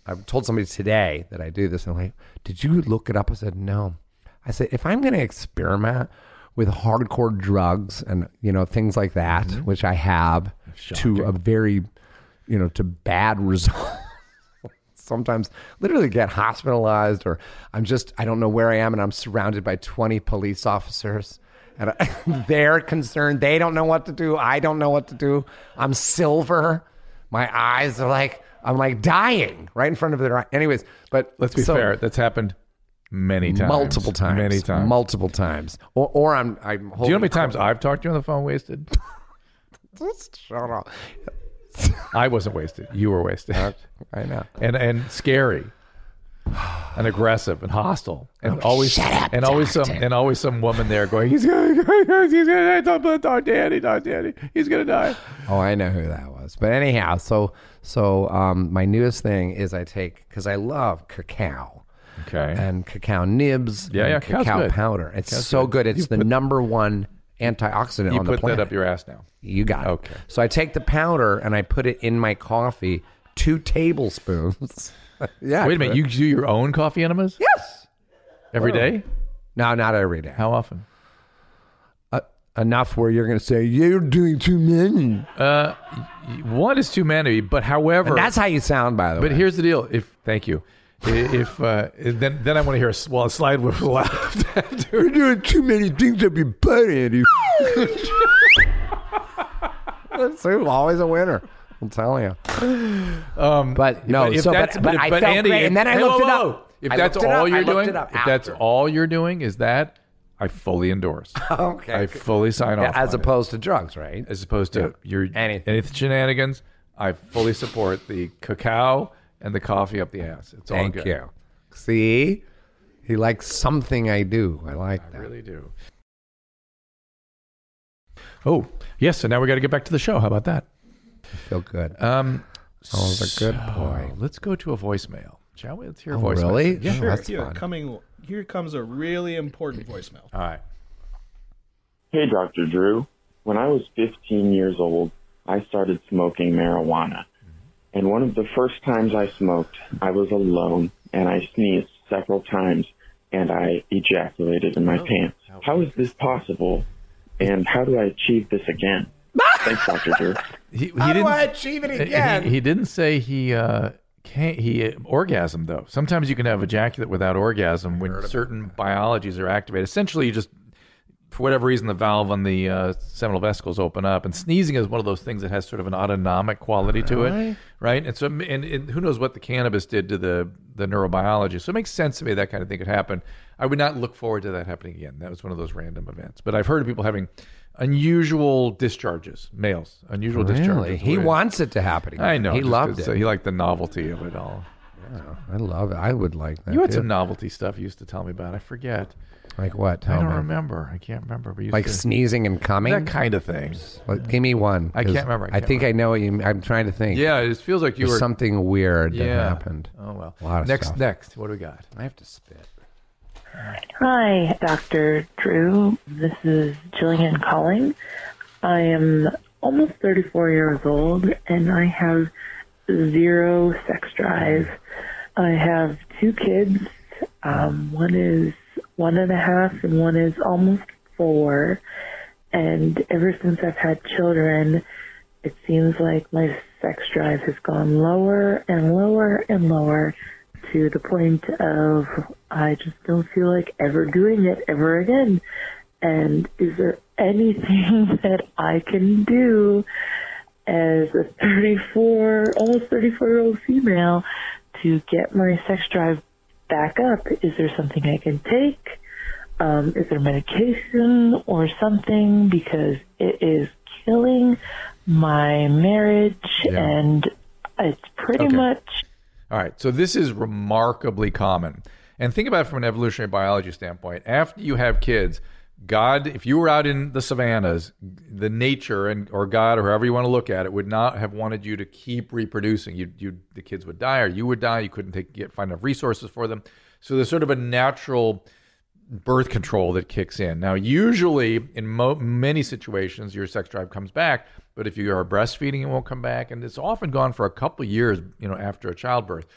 [SPEAKER 2] I told somebody today that I do this, and I'm like, did you look it up? I said no. I said if I'm going to experiment with hardcore drugs and you know things like that,
[SPEAKER 1] Mm-hmm.
[SPEAKER 2] which I have to a very you know to bad result. Sometimes literally get hospitalized, or I'm just, I don't know where I am, and I'm surrounded by 20 police officers. And I, they're concerned. They don't know what to do. I don't know what to do. I'm silver. My eyes are like, I'm like dying right in front of their eyes. Anyways, but
[SPEAKER 1] Let's be
[SPEAKER 2] so-
[SPEAKER 1] fair. That's happened many times.
[SPEAKER 2] Multiple times.
[SPEAKER 1] Many times.
[SPEAKER 2] Multiple times. Or, or I'm, I'm holding.
[SPEAKER 1] do you know how many times I've talked to you on the phone wasted?
[SPEAKER 2] Shut up.
[SPEAKER 1] I wasn't wasted. You were wasted.
[SPEAKER 2] I know.
[SPEAKER 1] and and scary and aggressive and hostile and
[SPEAKER 2] Oh,
[SPEAKER 1] always and always some and always some woman there going he's gonna he's gonna die don't die daddy die daddy he's gonna die
[SPEAKER 2] Oh, I know who that was. But anyhow, so so um, my newest thing is I take because I love cacao
[SPEAKER 1] okay
[SPEAKER 2] and cacao nibs.
[SPEAKER 1] Yeah,
[SPEAKER 2] and
[SPEAKER 1] yeah, cacao's
[SPEAKER 2] cacao
[SPEAKER 1] good.
[SPEAKER 2] powder. It's so good. It's the number one antioxidant
[SPEAKER 1] you
[SPEAKER 2] on the
[SPEAKER 1] put
[SPEAKER 2] planet.
[SPEAKER 1] that up your ass now
[SPEAKER 2] You got it.
[SPEAKER 1] Okay.
[SPEAKER 2] So I take the powder and I put it in my coffee, two tablespoons. yeah.
[SPEAKER 1] wait a minute you do your own coffee enemas
[SPEAKER 2] Yes.
[SPEAKER 1] every day
[SPEAKER 2] No, not every day.
[SPEAKER 1] how often
[SPEAKER 2] Enough where you're going to say you're doing too many.
[SPEAKER 1] one is too many but however
[SPEAKER 2] That's how you sound, by the
[SPEAKER 1] but
[SPEAKER 2] way.
[SPEAKER 1] here's the deal if thank you I- if uh, then then I want to hear a s- well a slide with laugh
[SPEAKER 2] You're doing too many things up your butt, Andy. That's who, always a winner. I'm telling you. but no,
[SPEAKER 1] Um, if
[SPEAKER 2] so
[SPEAKER 1] that's-
[SPEAKER 2] but, but, I
[SPEAKER 1] but
[SPEAKER 2] felt
[SPEAKER 1] Andy,
[SPEAKER 2] great,
[SPEAKER 1] if-
[SPEAKER 2] and then I
[SPEAKER 1] hey,
[SPEAKER 2] looked
[SPEAKER 1] whoa,
[SPEAKER 2] it
[SPEAKER 1] whoa,
[SPEAKER 2] up.
[SPEAKER 1] whoa. If
[SPEAKER 2] I
[SPEAKER 1] that's
[SPEAKER 2] looked it up.
[SPEAKER 1] all
[SPEAKER 2] I
[SPEAKER 1] you're
[SPEAKER 2] looked
[SPEAKER 1] doing,
[SPEAKER 2] it up
[SPEAKER 1] if that's
[SPEAKER 2] after.
[SPEAKER 1] all you're doing, is that I fully endorse.
[SPEAKER 2] Okay,
[SPEAKER 1] I
[SPEAKER 2] good.
[SPEAKER 1] fully sign off.
[SPEAKER 2] as
[SPEAKER 1] on it.
[SPEAKER 2] opposed to drugs, right?
[SPEAKER 1] as opposed to your
[SPEAKER 2] anything.
[SPEAKER 1] shenanigans, I fully support the cacao and the coffee up the ass. It's all
[SPEAKER 2] Thank
[SPEAKER 1] good.
[SPEAKER 2] you. See, he likes something I do. I like
[SPEAKER 1] I
[SPEAKER 2] that.
[SPEAKER 1] really do. Oh yes, so now we got to get back to the show. How about that?
[SPEAKER 2] Feel good.
[SPEAKER 1] Um,
[SPEAKER 2] Oh, that was a good
[SPEAKER 1] so
[SPEAKER 2] boy.
[SPEAKER 1] Let's go to a voicemail, shall we? Let's hear a
[SPEAKER 2] Oh,
[SPEAKER 1] voicemail.
[SPEAKER 2] really?
[SPEAKER 1] Yeah.
[SPEAKER 2] Oh,
[SPEAKER 4] Sure.
[SPEAKER 2] that's
[SPEAKER 4] here,
[SPEAKER 2] fun.
[SPEAKER 4] coming, here comes a really important voicemail.
[SPEAKER 1] All right.
[SPEAKER 6] Hey, Dr. Drew. When I was 15 years old, I started smoking marijuana. And one of the first times I smoked, I was alone and I sneezed several times and I ejaculated in my pants. How is this possible? And how do I achieve this again? Thanks, Dr. Drew.
[SPEAKER 1] He, he
[SPEAKER 2] How do
[SPEAKER 1] didn't-
[SPEAKER 2] I achieve it
[SPEAKER 1] And- and
[SPEAKER 2] again?
[SPEAKER 1] He, he didn't say he uh, can't. He uh, orgasmed though. Sometimes you can have ejaculate without orgasm when certain biologies are activated. Essentially, you just for whatever reason the valve on the uh, seminal vesicles open up, and sneezing is one of those things that has sort of an autonomic quality to it, right? And so, and, and who knows what the cannabis did to the the neurobiology? So it makes sense to me that kind of thing could happen. I would not look forward to that happening again. That was one of those random events. But I've heard of people having unusual discharges, males, unusual
[SPEAKER 2] Really?
[SPEAKER 1] discharges.
[SPEAKER 2] He
[SPEAKER 1] where-
[SPEAKER 2] wants it to happen again.
[SPEAKER 1] I know.
[SPEAKER 2] He
[SPEAKER 1] just
[SPEAKER 2] loved
[SPEAKER 1] 'cause,
[SPEAKER 2] it.
[SPEAKER 1] uh, he liked the novelty of it all.
[SPEAKER 2] I love it. I would like that.
[SPEAKER 1] You had
[SPEAKER 2] too.
[SPEAKER 1] some novelty stuff you used to tell me about. I forget.
[SPEAKER 2] like what?
[SPEAKER 1] I
[SPEAKER 2] Tell
[SPEAKER 1] don't
[SPEAKER 2] me.
[SPEAKER 1] remember. I can't remember. We used
[SPEAKER 2] Like
[SPEAKER 1] to-
[SPEAKER 2] sneezing and coming.
[SPEAKER 1] that kind of thing.
[SPEAKER 2] Well, give me one.
[SPEAKER 1] I
[SPEAKER 2] 'cause
[SPEAKER 1] can't remember. I
[SPEAKER 2] I
[SPEAKER 1] can't
[SPEAKER 2] think I know what you. mean. I'm trying to think.
[SPEAKER 1] Yeah, it just feels like you
[SPEAKER 2] There's
[SPEAKER 1] were
[SPEAKER 2] something weird
[SPEAKER 1] yeah.
[SPEAKER 2] that happened.
[SPEAKER 1] Oh well.
[SPEAKER 2] A lot of
[SPEAKER 1] next,
[SPEAKER 2] stuff.
[SPEAKER 1] next. What do we got?
[SPEAKER 2] I have to spit.
[SPEAKER 7] Hi, Dr. Drew. This is Jillian calling. I am almost 34 years old and I have zero sex drive. I have two kids. Um, one is one and a half and one is almost four. And ever since I've had children, it seems like my sex drive has gone lower and lower and lower to the point of I just don't feel like ever doing it ever again. And is there anything that I can do as a 34, almost 34 year old female to get my sex drive back up? Is there something I can take? Um, is there medication or something? Because it is killing my marriage
[SPEAKER 1] Yeah.
[SPEAKER 7] and it's pretty
[SPEAKER 1] Okay.
[SPEAKER 7] much
[SPEAKER 1] All right. So this is remarkably common. And think about it from an evolutionary biology standpoint. After you have kids, God, if you were out in the savannas, the nature and or God or however you want to look at it would not have wanted you to keep reproducing. You, you the kids would die or you would die. You couldn't take, get find enough resources for them. So there's sort of a natural birth control that kicks in. Now, usually in mo- many situations, your sex drive comes back, but if you are breastfeeding, it won't come back, and it's often gone for a couple of years, you know, after a childbirth.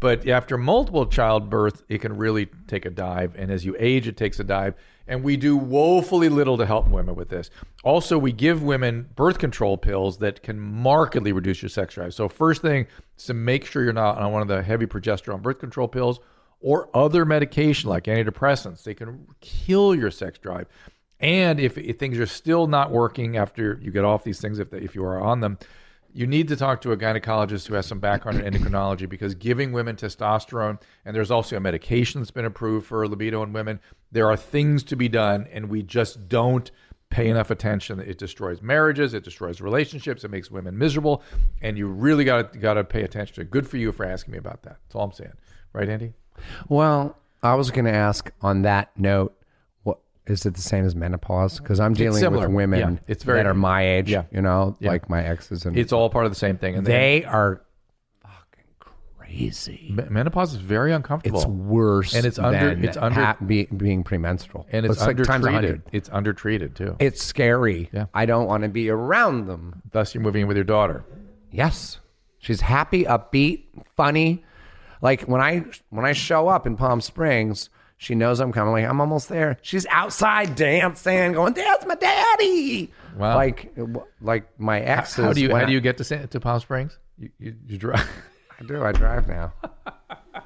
[SPEAKER 1] But after multiple childbirth, it can really take a dive, and as you age, it takes a dive. And we do woefully little to help women with this. Also, we give women birth control pills that can markedly reduce your sex drive. So, first thing is to make sure you're not on one of the heavy progesterone birth control pills or other medication like antidepressants. They can kill your sex drive. And if, if things are still not working after you get off these things, if, they, if you are on them, you need to talk to a gynecologist who has some background in endocrinology because giving women testosterone, and there's also a medication that's been approved for libido in women, there are things to be done, and we just don't pay enough attention. It destroys marriages, it destroys relationships, it makes women miserable, and you really got to got to pay attention to. it. Good for you for asking me about that. That's all I'm saying, right, Andy?
[SPEAKER 2] Well, I was going to ask on that note, what is it the same as menopause? Because I'm dealing with
[SPEAKER 1] similar.
[SPEAKER 2] women
[SPEAKER 1] Yeah, it's very-
[SPEAKER 2] that are my age,
[SPEAKER 1] Yeah.
[SPEAKER 2] you know, like my exes, and
[SPEAKER 1] It's all part of the same thing. And
[SPEAKER 2] they are fucking crazy.
[SPEAKER 1] then- me- menopause is very uncomfortable.
[SPEAKER 2] It's worse,
[SPEAKER 1] And it's under-
[SPEAKER 2] than
[SPEAKER 1] it's under-
[SPEAKER 2] ha- be, being premenstrual,
[SPEAKER 1] and it's,
[SPEAKER 2] like times a
[SPEAKER 1] undertreated.
[SPEAKER 2] hundred.
[SPEAKER 1] it's undertreated too.
[SPEAKER 2] It's scary.
[SPEAKER 1] Yeah.
[SPEAKER 2] I don't want to be around them.
[SPEAKER 1] Thus, you're moving in with your daughter.
[SPEAKER 2] Yes. She's happy, upbeat, funny. Like when I when I show up in Palm Springs, she knows I'm coming. Like I'm almost there. She's outside dancing, going, "There's my daddy."
[SPEAKER 1] Wow.
[SPEAKER 2] Like like my exes.
[SPEAKER 1] How do you
[SPEAKER 2] when
[SPEAKER 1] how
[SPEAKER 2] I-
[SPEAKER 1] do you get to San- to Palm Springs? You you, you drive.
[SPEAKER 2] I do. I drive now.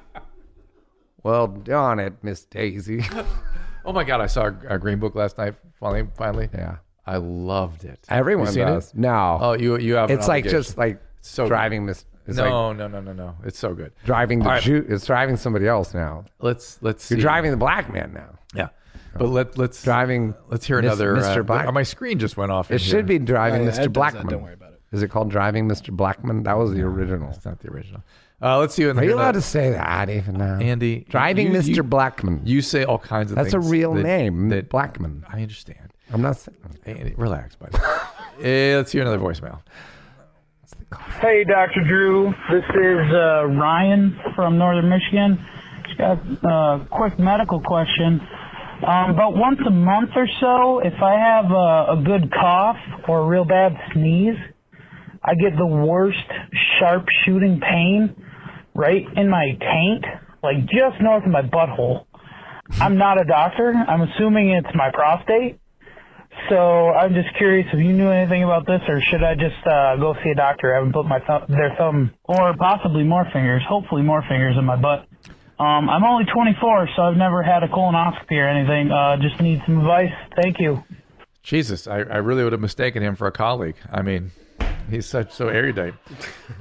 [SPEAKER 2] well, darn it, Miss Daisy.
[SPEAKER 1] Oh my God! I saw a Green Book last night. Finally, finally,
[SPEAKER 2] yeah.
[SPEAKER 1] I loved it.
[SPEAKER 2] Everyone
[SPEAKER 1] You seen
[SPEAKER 2] does.
[SPEAKER 1] it?
[SPEAKER 2] No.
[SPEAKER 1] Oh, you you have. an
[SPEAKER 2] it's like
[SPEAKER 1] obligation.
[SPEAKER 2] just like
[SPEAKER 1] so good.
[SPEAKER 2] driving Miss. It's like
[SPEAKER 1] no, no, no, no, no. It's so good.
[SPEAKER 2] driving the
[SPEAKER 1] All right.
[SPEAKER 2] Jew. It's driving somebody else now.
[SPEAKER 1] Let's let's.
[SPEAKER 2] You're
[SPEAKER 1] see.
[SPEAKER 2] driving the black man now.
[SPEAKER 1] Yeah, but let let's
[SPEAKER 2] Driving.
[SPEAKER 1] let's hear
[SPEAKER 2] Miss-
[SPEAKER 1] another.
[SPEAKER 2] Mr.
[SPEAKER 1] uh,
[SPEAKER 2] Black.
[SPEAKER 1] my screen just went off. in
[SPEAKER 2] It should
[SPEAKER 1] here.
[SPEAKER 2] be driving
[SPEAKER 4] Yeah, it does
[SPEAKER 2] Mr.
[SPEAKER 4] that.
[SPEAKER 2] Blackman.
[SPEAKER 4] Don't worry about it.
[SPEAKER 2] Is it called driving Mr. Blackman? That was the original.
[SPEAKER 1] It's not the original. Uh, let's see.
[SPEAKER 2] Are you allowed to say that even now?
[SPEAKER 1] Andy,
[SPEAKER 2] driving
[SPEAKER 1] you-
[SPEAKER 2] Mr.
[SPEAKER 1] you-
[SPEAKER 2] Blackman.
[SPEAKER 1] You say all kinds of.
[SPEAKER 2] That's a
[SPEAKER 1] things
[SPEAKER 2] real
[SPEAKER 1] that-
[SPEAKER 2] name,
[SPEAKER 1] That
[SPEAKER 2] Blackman.
[SPEAKER 1] I understand.
[SPEAKER 2] I'm not saying.
[SPEAKER 1] Andy, relax, buddy. Eh, let's hear another voicemail.
[SPEAKER 8] Hey, Dr. Drew. This is uh, Ryan from Northern Michigan. Just got a quick medical question. Um, about once a month or so, if I have a, a good cough or a real bad sneeze, I get the worst sharp shooting pain right in my taint, like just north of my butthole. I'm not a doctor. I'm assuming it's my prostate. So I'm just curious if you knew anything about this, or should I just uh, go see a doctor? I haven't put my thumb, their thumb, or possibly more fingers. Hopefully, more fingers in my butt. Um, I'm only 24, so I've never had a colonoscopy or anything. Uh, just need some advice. Thank you.
[SPEAKER 1] Jesus, I, I really would have mistaken him for a colleague. I mean, he's such so erudite.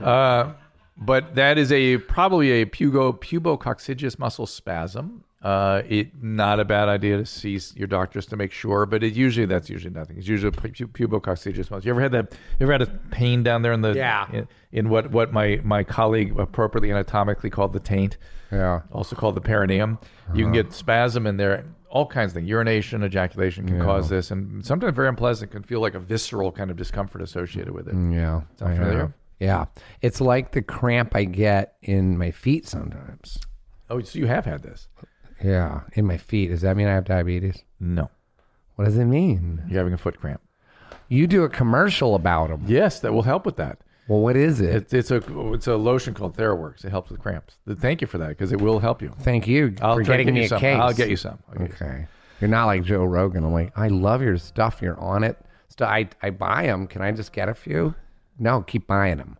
[SPEAKER 1] Uh, but that is a probably a pugo, pubococcygeus muscle spasm. Uh, it not a bad idea to see s- your doctors to make sure, but it usually that's usually nothing. It's usually pu- pu- pubococcygeus muscle. You ever had that? You ever had a pain down there in the
[SPEAKER 2] Yeah.
[SPEAKER 1] in, in what what my my colleague appropriately anatomically called the taint
[SPEAKER 2] Yeah.
[SPEAKER 1] also called the perineum. You can
[SPEAKER 2] Uh-huh.
[SPEAKER 1] get spasm in there, all kinds of things. Urination, ejaculation can cause this, and sometimes very unpleasant. Can feel like a visceral kind of discomfort associated with it.
[SPEAKER 2] Yeah.
[SPEAKER 1] Sound
[SPEAKER 2] I
[SPEAKER 1] familiar?
[SPEAKER 2] have. Yeah. It's like the cramp I get in my feet sometimes.
[SPEAKER 1] Oh, so you have had this?
[SPEAKER 2] Yeah. In my feet. Does that mean I have diabetes?
[SPEAKER 1] No,
[SPEAKER 2] What does it mean?
[SPEAKER 1] you're having a foot cramp.
[SPEAKER 2] You do a commercial about them.
[SPEAKER 1] Yes, that will help with that.
[SPEAKER 2] Well, what is it?
[SPEAKER 1] It's, it's a it's a lotion called TheraWorks. It helps with cramps. Thank you for that because it will help you.
[SPEAKER 2] Thank you
[SPEAKER 1] I'll
[SPEAKER 2] for
[SPEAKER 1] try to
[SPEAKER 2] getting
[SPEAKER 1] get
[SPEAKER 2] me
[SPEAKER 1] you
[SPEAKER 2] a
[SPEAKER 1] some.
[SPEAKER 2] case.
[SPEAKER 1] I'll get you some. I'll get you some.
[SPEAKER 2] Okay. You're not like Joe Rogan. I'm like, I love your stuff. You're on it. So I, I buy them. Can I just get a few? No, keep buying them.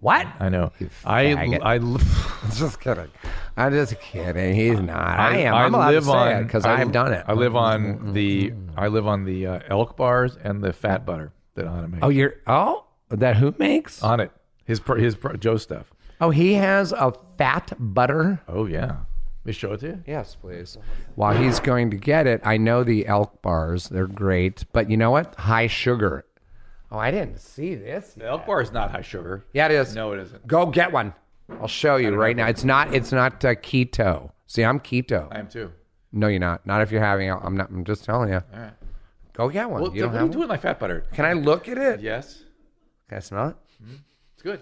[SPEAKER 2] What?
[SPEAKER 1] I know. I
[SPEAKER 2] faggot.
[SPEAKER 1] I
[SPEAKER 2] I'm just kidding. I'm just kidding. He's not. I,
[SPEAKER 1] I,
[SPEAKER 2] am. I'm allowed to say it because I, have done it.
[SPEAKER 1] I live
[SPEAKER 2] Mm-hmm.
[SPEAKER 1] on the I live on the uh, elk bars and the fat butter that Anna makes.
[SPEAKER 2] Oh, you're. Oh, that who makes?
[SPEAKER 1] on it. His pro, his pro, Joe stuff.
[SPEAKER 2] Oh, he has a fat butter.
[SPEAKER 1] Oh yeah. Let me show it to you.
[SPEAKER 2] Yes, please. While he's going to get it, I know the elk bars. They're great, but you know what? High sugar. Oh, I didn't see this.
[SPEAKER 1] The elk bar is not high sugar.
[SPEAKER 2] Yeah, it is.
[SPEAKER 1] No, it isn't.
[SPEAKER 2] Go get one. I'll show you right now. It's not. It's not uh, keto. See, I'm keto.
[SPEAKER 1] I am too.
[SPEAKER 2] no, you're not. Not if you're having. el- I'm not. I'm just telling you. All
[SPEAKER 1] right.
[SPEAKER 2] Go get one.
[SPEAKER 1] Well,
[SPEAKER 2] you
[SPEAKER 1] what
[SPEAKER 2] don't
[SPEAKER 1] do you
[SPEAKER 2] have
[SPEAKER 1] do with
[SPEAKER 2] one?
[SPEAKER 1] my fat butter?
[SPEAKER 2] Can I look at it?
[SPEAKER 1] Yes,
[SPEAKER 2] Can I smell it?
[SPEAKER 1] it's good.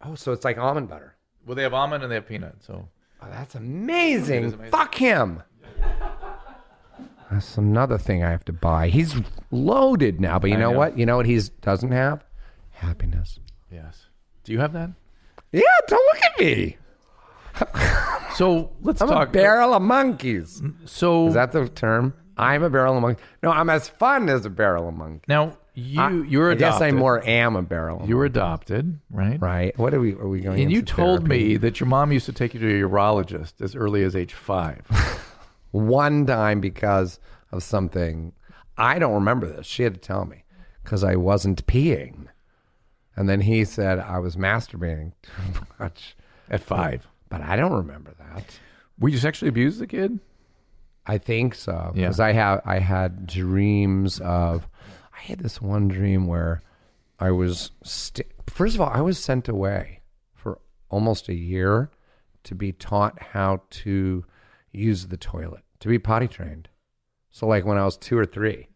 [SPEAKER 2] Oh, so it's like almond butter.
[SPEAKER 1] Well, they have almond and they have peanut. So
[SPEAKER 2] Oh, that's amazing.
[SPEAKER 1] amazing.
[SPEAKER 2] Fuck him. That's another thing I have to buy. He's loaded now, but you know,
[SPEAKER 1] know.
[SPEAKER 2] what? You know what he doesn't have? Happiness.
[SPEAKER 1] yes. Do you have that?
[SPEAKER 2] Yeah, don't look at me.
[SPEAKER 1] So let's
[SPEAKER 2] I'm
[SPEAKER 1] talk.
[SPEAKER 2] a barrel of monkeys.
[SPEAKER 1] So
[SPEAKER 2] Is that the term? I'm a barrel of monkeys. No, I'm as fun as a barrel of monkeys.
[SPEAKER 1] now you
[SPEAKER 2] I-
[SPEAKER 1] you're
[SPEAKER 2] I
[SPEAKER 1] adopted.
[SPEAKER 2] guess I more am a barrel. Of
[SPEAKER 1] You were
[SPEAKER 2] monkeys,
[SPEAKER 1] adopted, right?
[SPEAKER 2] right. What are we? Are we going?
[SPEAKER 1] And you
[SPEAKER 2] into
[SPEAKER 1] told
[SPEAKER 2] therapy?
[SPEAKER 1] me that your mom used to take you to a urologist as early as age five.
[SPEAKER 2] one time because of something. I don't remember this. She had to tell me because I wasn't peeing. And then he said I was masturbating too much.
[SPEAKER 1] At five,
[SPEAKER 2] But I don't remember that.
[SPEAKER 1] were you sexually abused as a kid?
[SPEAKER 2] I think so
[SPEAKER 1] Yeah.
[SPEAKER 2] because I have I had dreams of I had this one dream where I was st- first of all I was sent away for almost a year to be taught how to use the toilet to be potty trained. So like when I was two or three,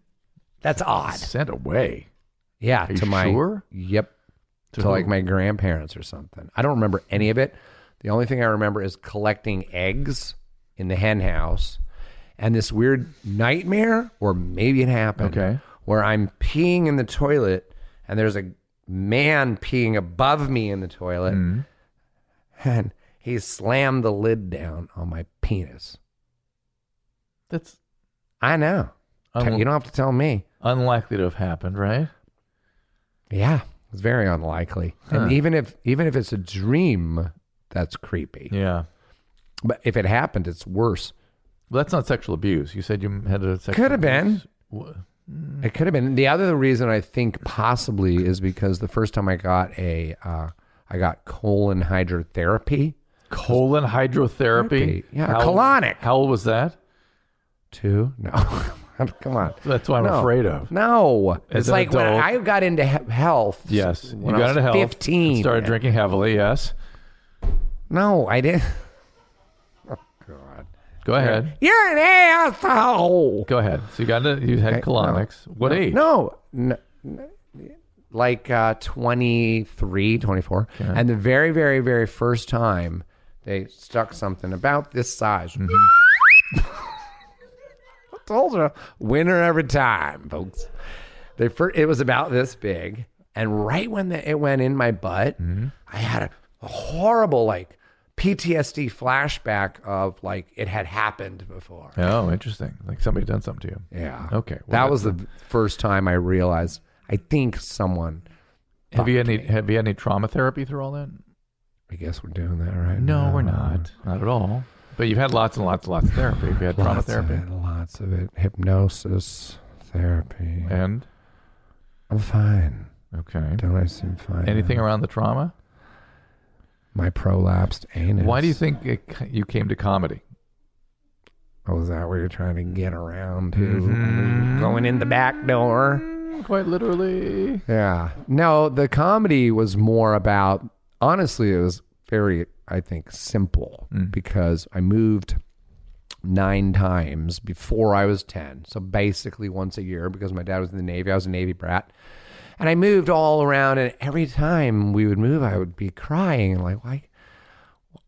[SPEAKER 2] that's odd.
[SPEAKER 1] Sent away.
[SPEAKER 2] Yeah,
[SPEAKER 1] you
[SPEAKER 2] to my
[SPEAKER 1] sure?
[SPEAKER 2] yep to,
[SPEAKER 1] who?
[SPEAKER 2] like my grandparents or something. I don't remember any of it. The only thing I remember is collecting eggs in the hen house and this weird nightmare, or maybe it happened,
[SPEAKER 1] Okay.
[SPEAKER 2] where I'm peeing in the toilet and there's a man peeing above me in the toilet
[SPEAKER 1] Mm. Mm-hmm.
[SPEAKER 2] and he slammed the lid down on my penis.
[SPEAKER 1] That's
[SPEAKER 2] I know.
[SPEAKER 1] Unli-
[SPEAKER 2] you don't have to tell me.
[SPEAKER 1] unlikely to have happened, right?
[SPEAKER 2] Yeah, it's very unlikely.
[SPEAKER 1] Huh.
[SPEAKER 2] And even if even if it's a dream, that's creepy.
[SPEAKER 1] Yeah.
[SPEAKER 2] But if it happened, it's worse.
[SPEAKER 1] Well, that's not sexual abuse. You said you had a sexual
[SPEAKER 2] Could have been.
[SPEAKER 1] been. Mm.
[SPEAKER 2] It could have been. The other reason I think possibly is because the first time I got a uh, I got colon hydrotherapy,
[SPEAKER 1] Colon hydrotherapy.
[SPEAKER 2] Therapy, yeah,
[SPEAKER 1] How-
[SPEAKER 2] colonic.
[SPEAKER 1] How old was that?
[SPEAKER 2] too. No, come on.
[SPEAKER 1] That's what I'm
[SPEAKER 2] No.
[SPEAKER 1] afraid of.
[SPEAKER 2] No,
[SPEAKER 1] As
[SPEAKER 2] it's
[SPEAKER 1] an
[SPEAKER 2] like when
[SPEAKER 1] adult-
[SPEAKER 2] I got into he- health.
[SPEAKER 1] Yes,
[SPEAKER 2] when
[SPEAKER 1] you got
[SPEAKER 2] I was
[SPEAKER 1] into health.
[SPEAKER 2] Fifteen.
[SPEAKER 1] Started drinking heavily. Yes.
[SPEAKER 2] No, I didn't.
[SPEAKER 1] Go ahead.
[SPEAKER 2] You're an asshole.
[SPEAKER 1] Go ahead. So you got into, you had colonics. what age?
[SPEAKER 2] No, n- n- like uh, 23, 24. And the very, very, very first time they stuck something about this size. I told you, winner every time, folks. They fir- it was about this big, and right when the, it went in my butt, I had a, a horrible like PTSD flashback of like it had happened before.
[SPEAKER 1] Oh, interesting. Like somebody done something to you.
[SPEAKER 2] Yeah.
[SPEAKER 1] Okay, well,
[SPEAKER 2] that
[SPEAKER 1] that-
[SPEAKER 2] was the first time I realized. I think someone.
[SPEAKER 1] Have you had any Have you had any trauma therapy through all that?
[SPEAKER 2] I guess we're doing that right.
[SPEAKER 1] No,
[SPEAKER 2] now.
[SPEAKER 1] we're not. Not at all. But you've had lots and lots and lots of therapy. You've had trauma
[SPEAKER 2] Lots of
[SPEAKER 1] therapy.
[SPEAKER 2] it. Lots of it. Hypnosis therapy.
[SPEAKER 1] And
[SPEAKER 2] I'm fine.
[SPEAKER 1] okay.
[SPEAKER 2] Don't I seem fine?
[SPEAKER 1] Anything around the trauma?
[SPEAKER 2] My prolapsed anus.
[SPEAKER 1] Why do you think it, you came to comedy?
[SPEAKER 2] Oh, is that what you're trying to get around to?
[SPEAKER 1] Mm-hmm.
[SPEAKER 2] Going in the back door.
[SPEAKER 1] Quite literally.
[SPEAKER 2] Yeah. No, the comedy was more about, honestly, it was very, I think, simple
[SPEAKER 1] Hmm.
[SPEAKER 2] because I moved nine times before I was 10. So basically once a year because my dad was in the Navy. I was a Navy brat. And I moved all around, and every time we would move, I would be crying and like, why?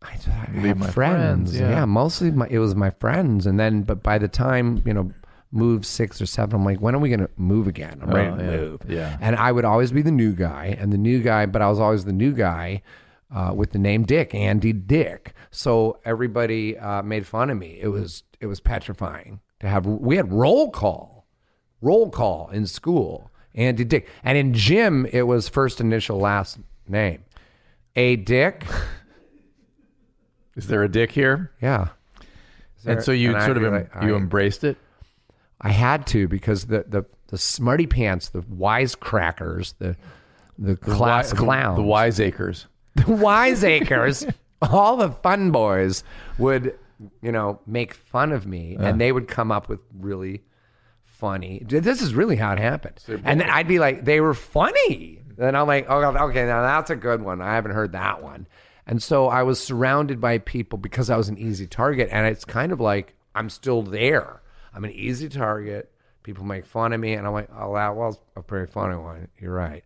[SPEAKER 2] I just I
[SPEAKER 1] Leave
[SPEAKER 2] have
[SPEAKER 1] my
[SPEAKER 2] friends.
[SPEAKER 1] friends, yeah.
[SPEAKER 2] yeah. mostly my, it was my friends, and then but by the time you know, move six or seven, I'm like, when are we gonna move again? I'm ready to
[SPEAKER 1] Oh, yeah.
[SPEAKER 2] move.
[SPEAKER 1] Yeah.
[SPEAKER 2] And I would always be the new guy, and the new guy, but I was always the new guy uh, with the name Dick, Andy Dick. So everybody uh, made fun of me. It was it was petrifying to have. We had roll call, roll call in school, Andy Dick, and in gym it was first initial last name. A dick.
[SPEAKER 1] Is there a dick here?
[SPEAKER 2] Yeah.
[SPEAKER 1] and so you
[SPEAKER 2] and I
[SPEAKER 1] sort of em-
[SPEAKER 2] really-
[SPEAKER 1] you
[SPEAKER 2] I-
[SPEAKER 1] embraced it.
[SPEAKER 2] I had to because the the the smarty pants, the wisecrackers, the the class
[SPEAKER 1] Wi-
[SPEAKER 2] clowns,
[SPEAKER 1] the wiseacres.
[SPEAKER 2] the wiseacres, all the fun boys would, you know, make fun of me, and they would come up with really funny. This is really how it happened, and I'd be like, they were funny. Then I'm like, oh, okay, now that's a good one. I haven't heard that one, and so I was surrounded by people because I was an easy target, and it's kind of like I'm still there. I'm an easy target. People make fun of me, and I'm like, oh, that was a pretty funny one. You're right,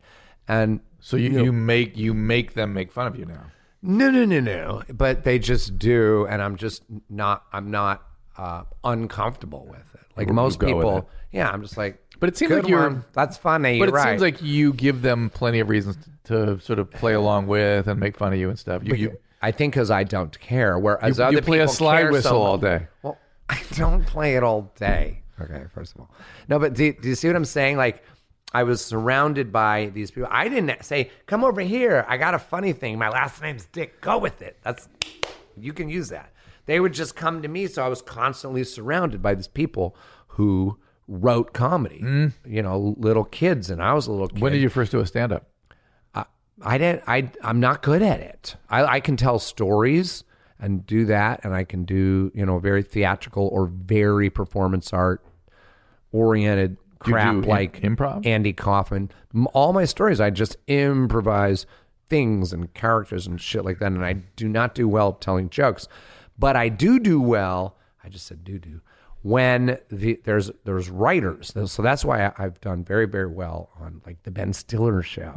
[SPEAKER 2] and
[SPEAKER 1] So you, you make you make them make fun of you now.
[SPEAKER 2] no, no, no, no. But they just do, and I'm just not. I'm not uh, uncomfortable with it. Like most
[SPEAKER 1] go with it.
[SPEAKER 2] people, yeah. I'm just like.
[SPEAKER 1] But it seems
[SPEAKER 2] "Good
[SPEAKER 1] like you're-
[SPEAKER 2] one. That's funny.
[SPEAKER 1] But
[SPEAKER 2] you're
[SPEAKER 1] it
[SPEAKER 2] right.
[SPEAKER 1] seems like you give them plenty of reasons to, sort of play along with and make fun of you and stuff. You, you
[SPEAKER 2] I think because I don't care. Whereas
[SPEAKER 1] You- you
[SPEAKER 2] other
[SPEAKER 1] play a
[SPEAKER 2] people
[SPEAKER 1] slide
[SPEAKER 2] care so
[SPEAKER 1] whistle all
[SPEAKER 2] much.
[SPEAKER 1] day.
[SPEAKER 2] Well, I don't play it all day. Okay, first of all, no. But do, do you see what I'm saying? Like, I was surrounded by these people. I didn't say, "Come over here. I got a funny thing. My last name's Dick. Go with it." That's you can use that. They would just come to me, so I was constantly surrounded by these people who wrote comedy. You know, little kids, and I was a little kid.
[SPEAKER 1] Mm. when did you first do a stand up?
[SPEAKER 2] I didn't. I I'm not good at it. I, I can tell stories and do that, and I can do you know very theatrical or very performance art oriented
[SPEAKER 1] You do
[SPEAKER 2] crap
[SPEAKER 1] im-
[SPEAKER 2] like
[SPEAKER 1] improv?
[SPEAKER 2] Andy Kaufman. M- All my stories, I just improvise things and characters and shit like that, and I do not do well telling jokes, but I do do well. I just said do do when the, there's there's writers, so that's why I, I've done very very well on like the Ben Stiller show,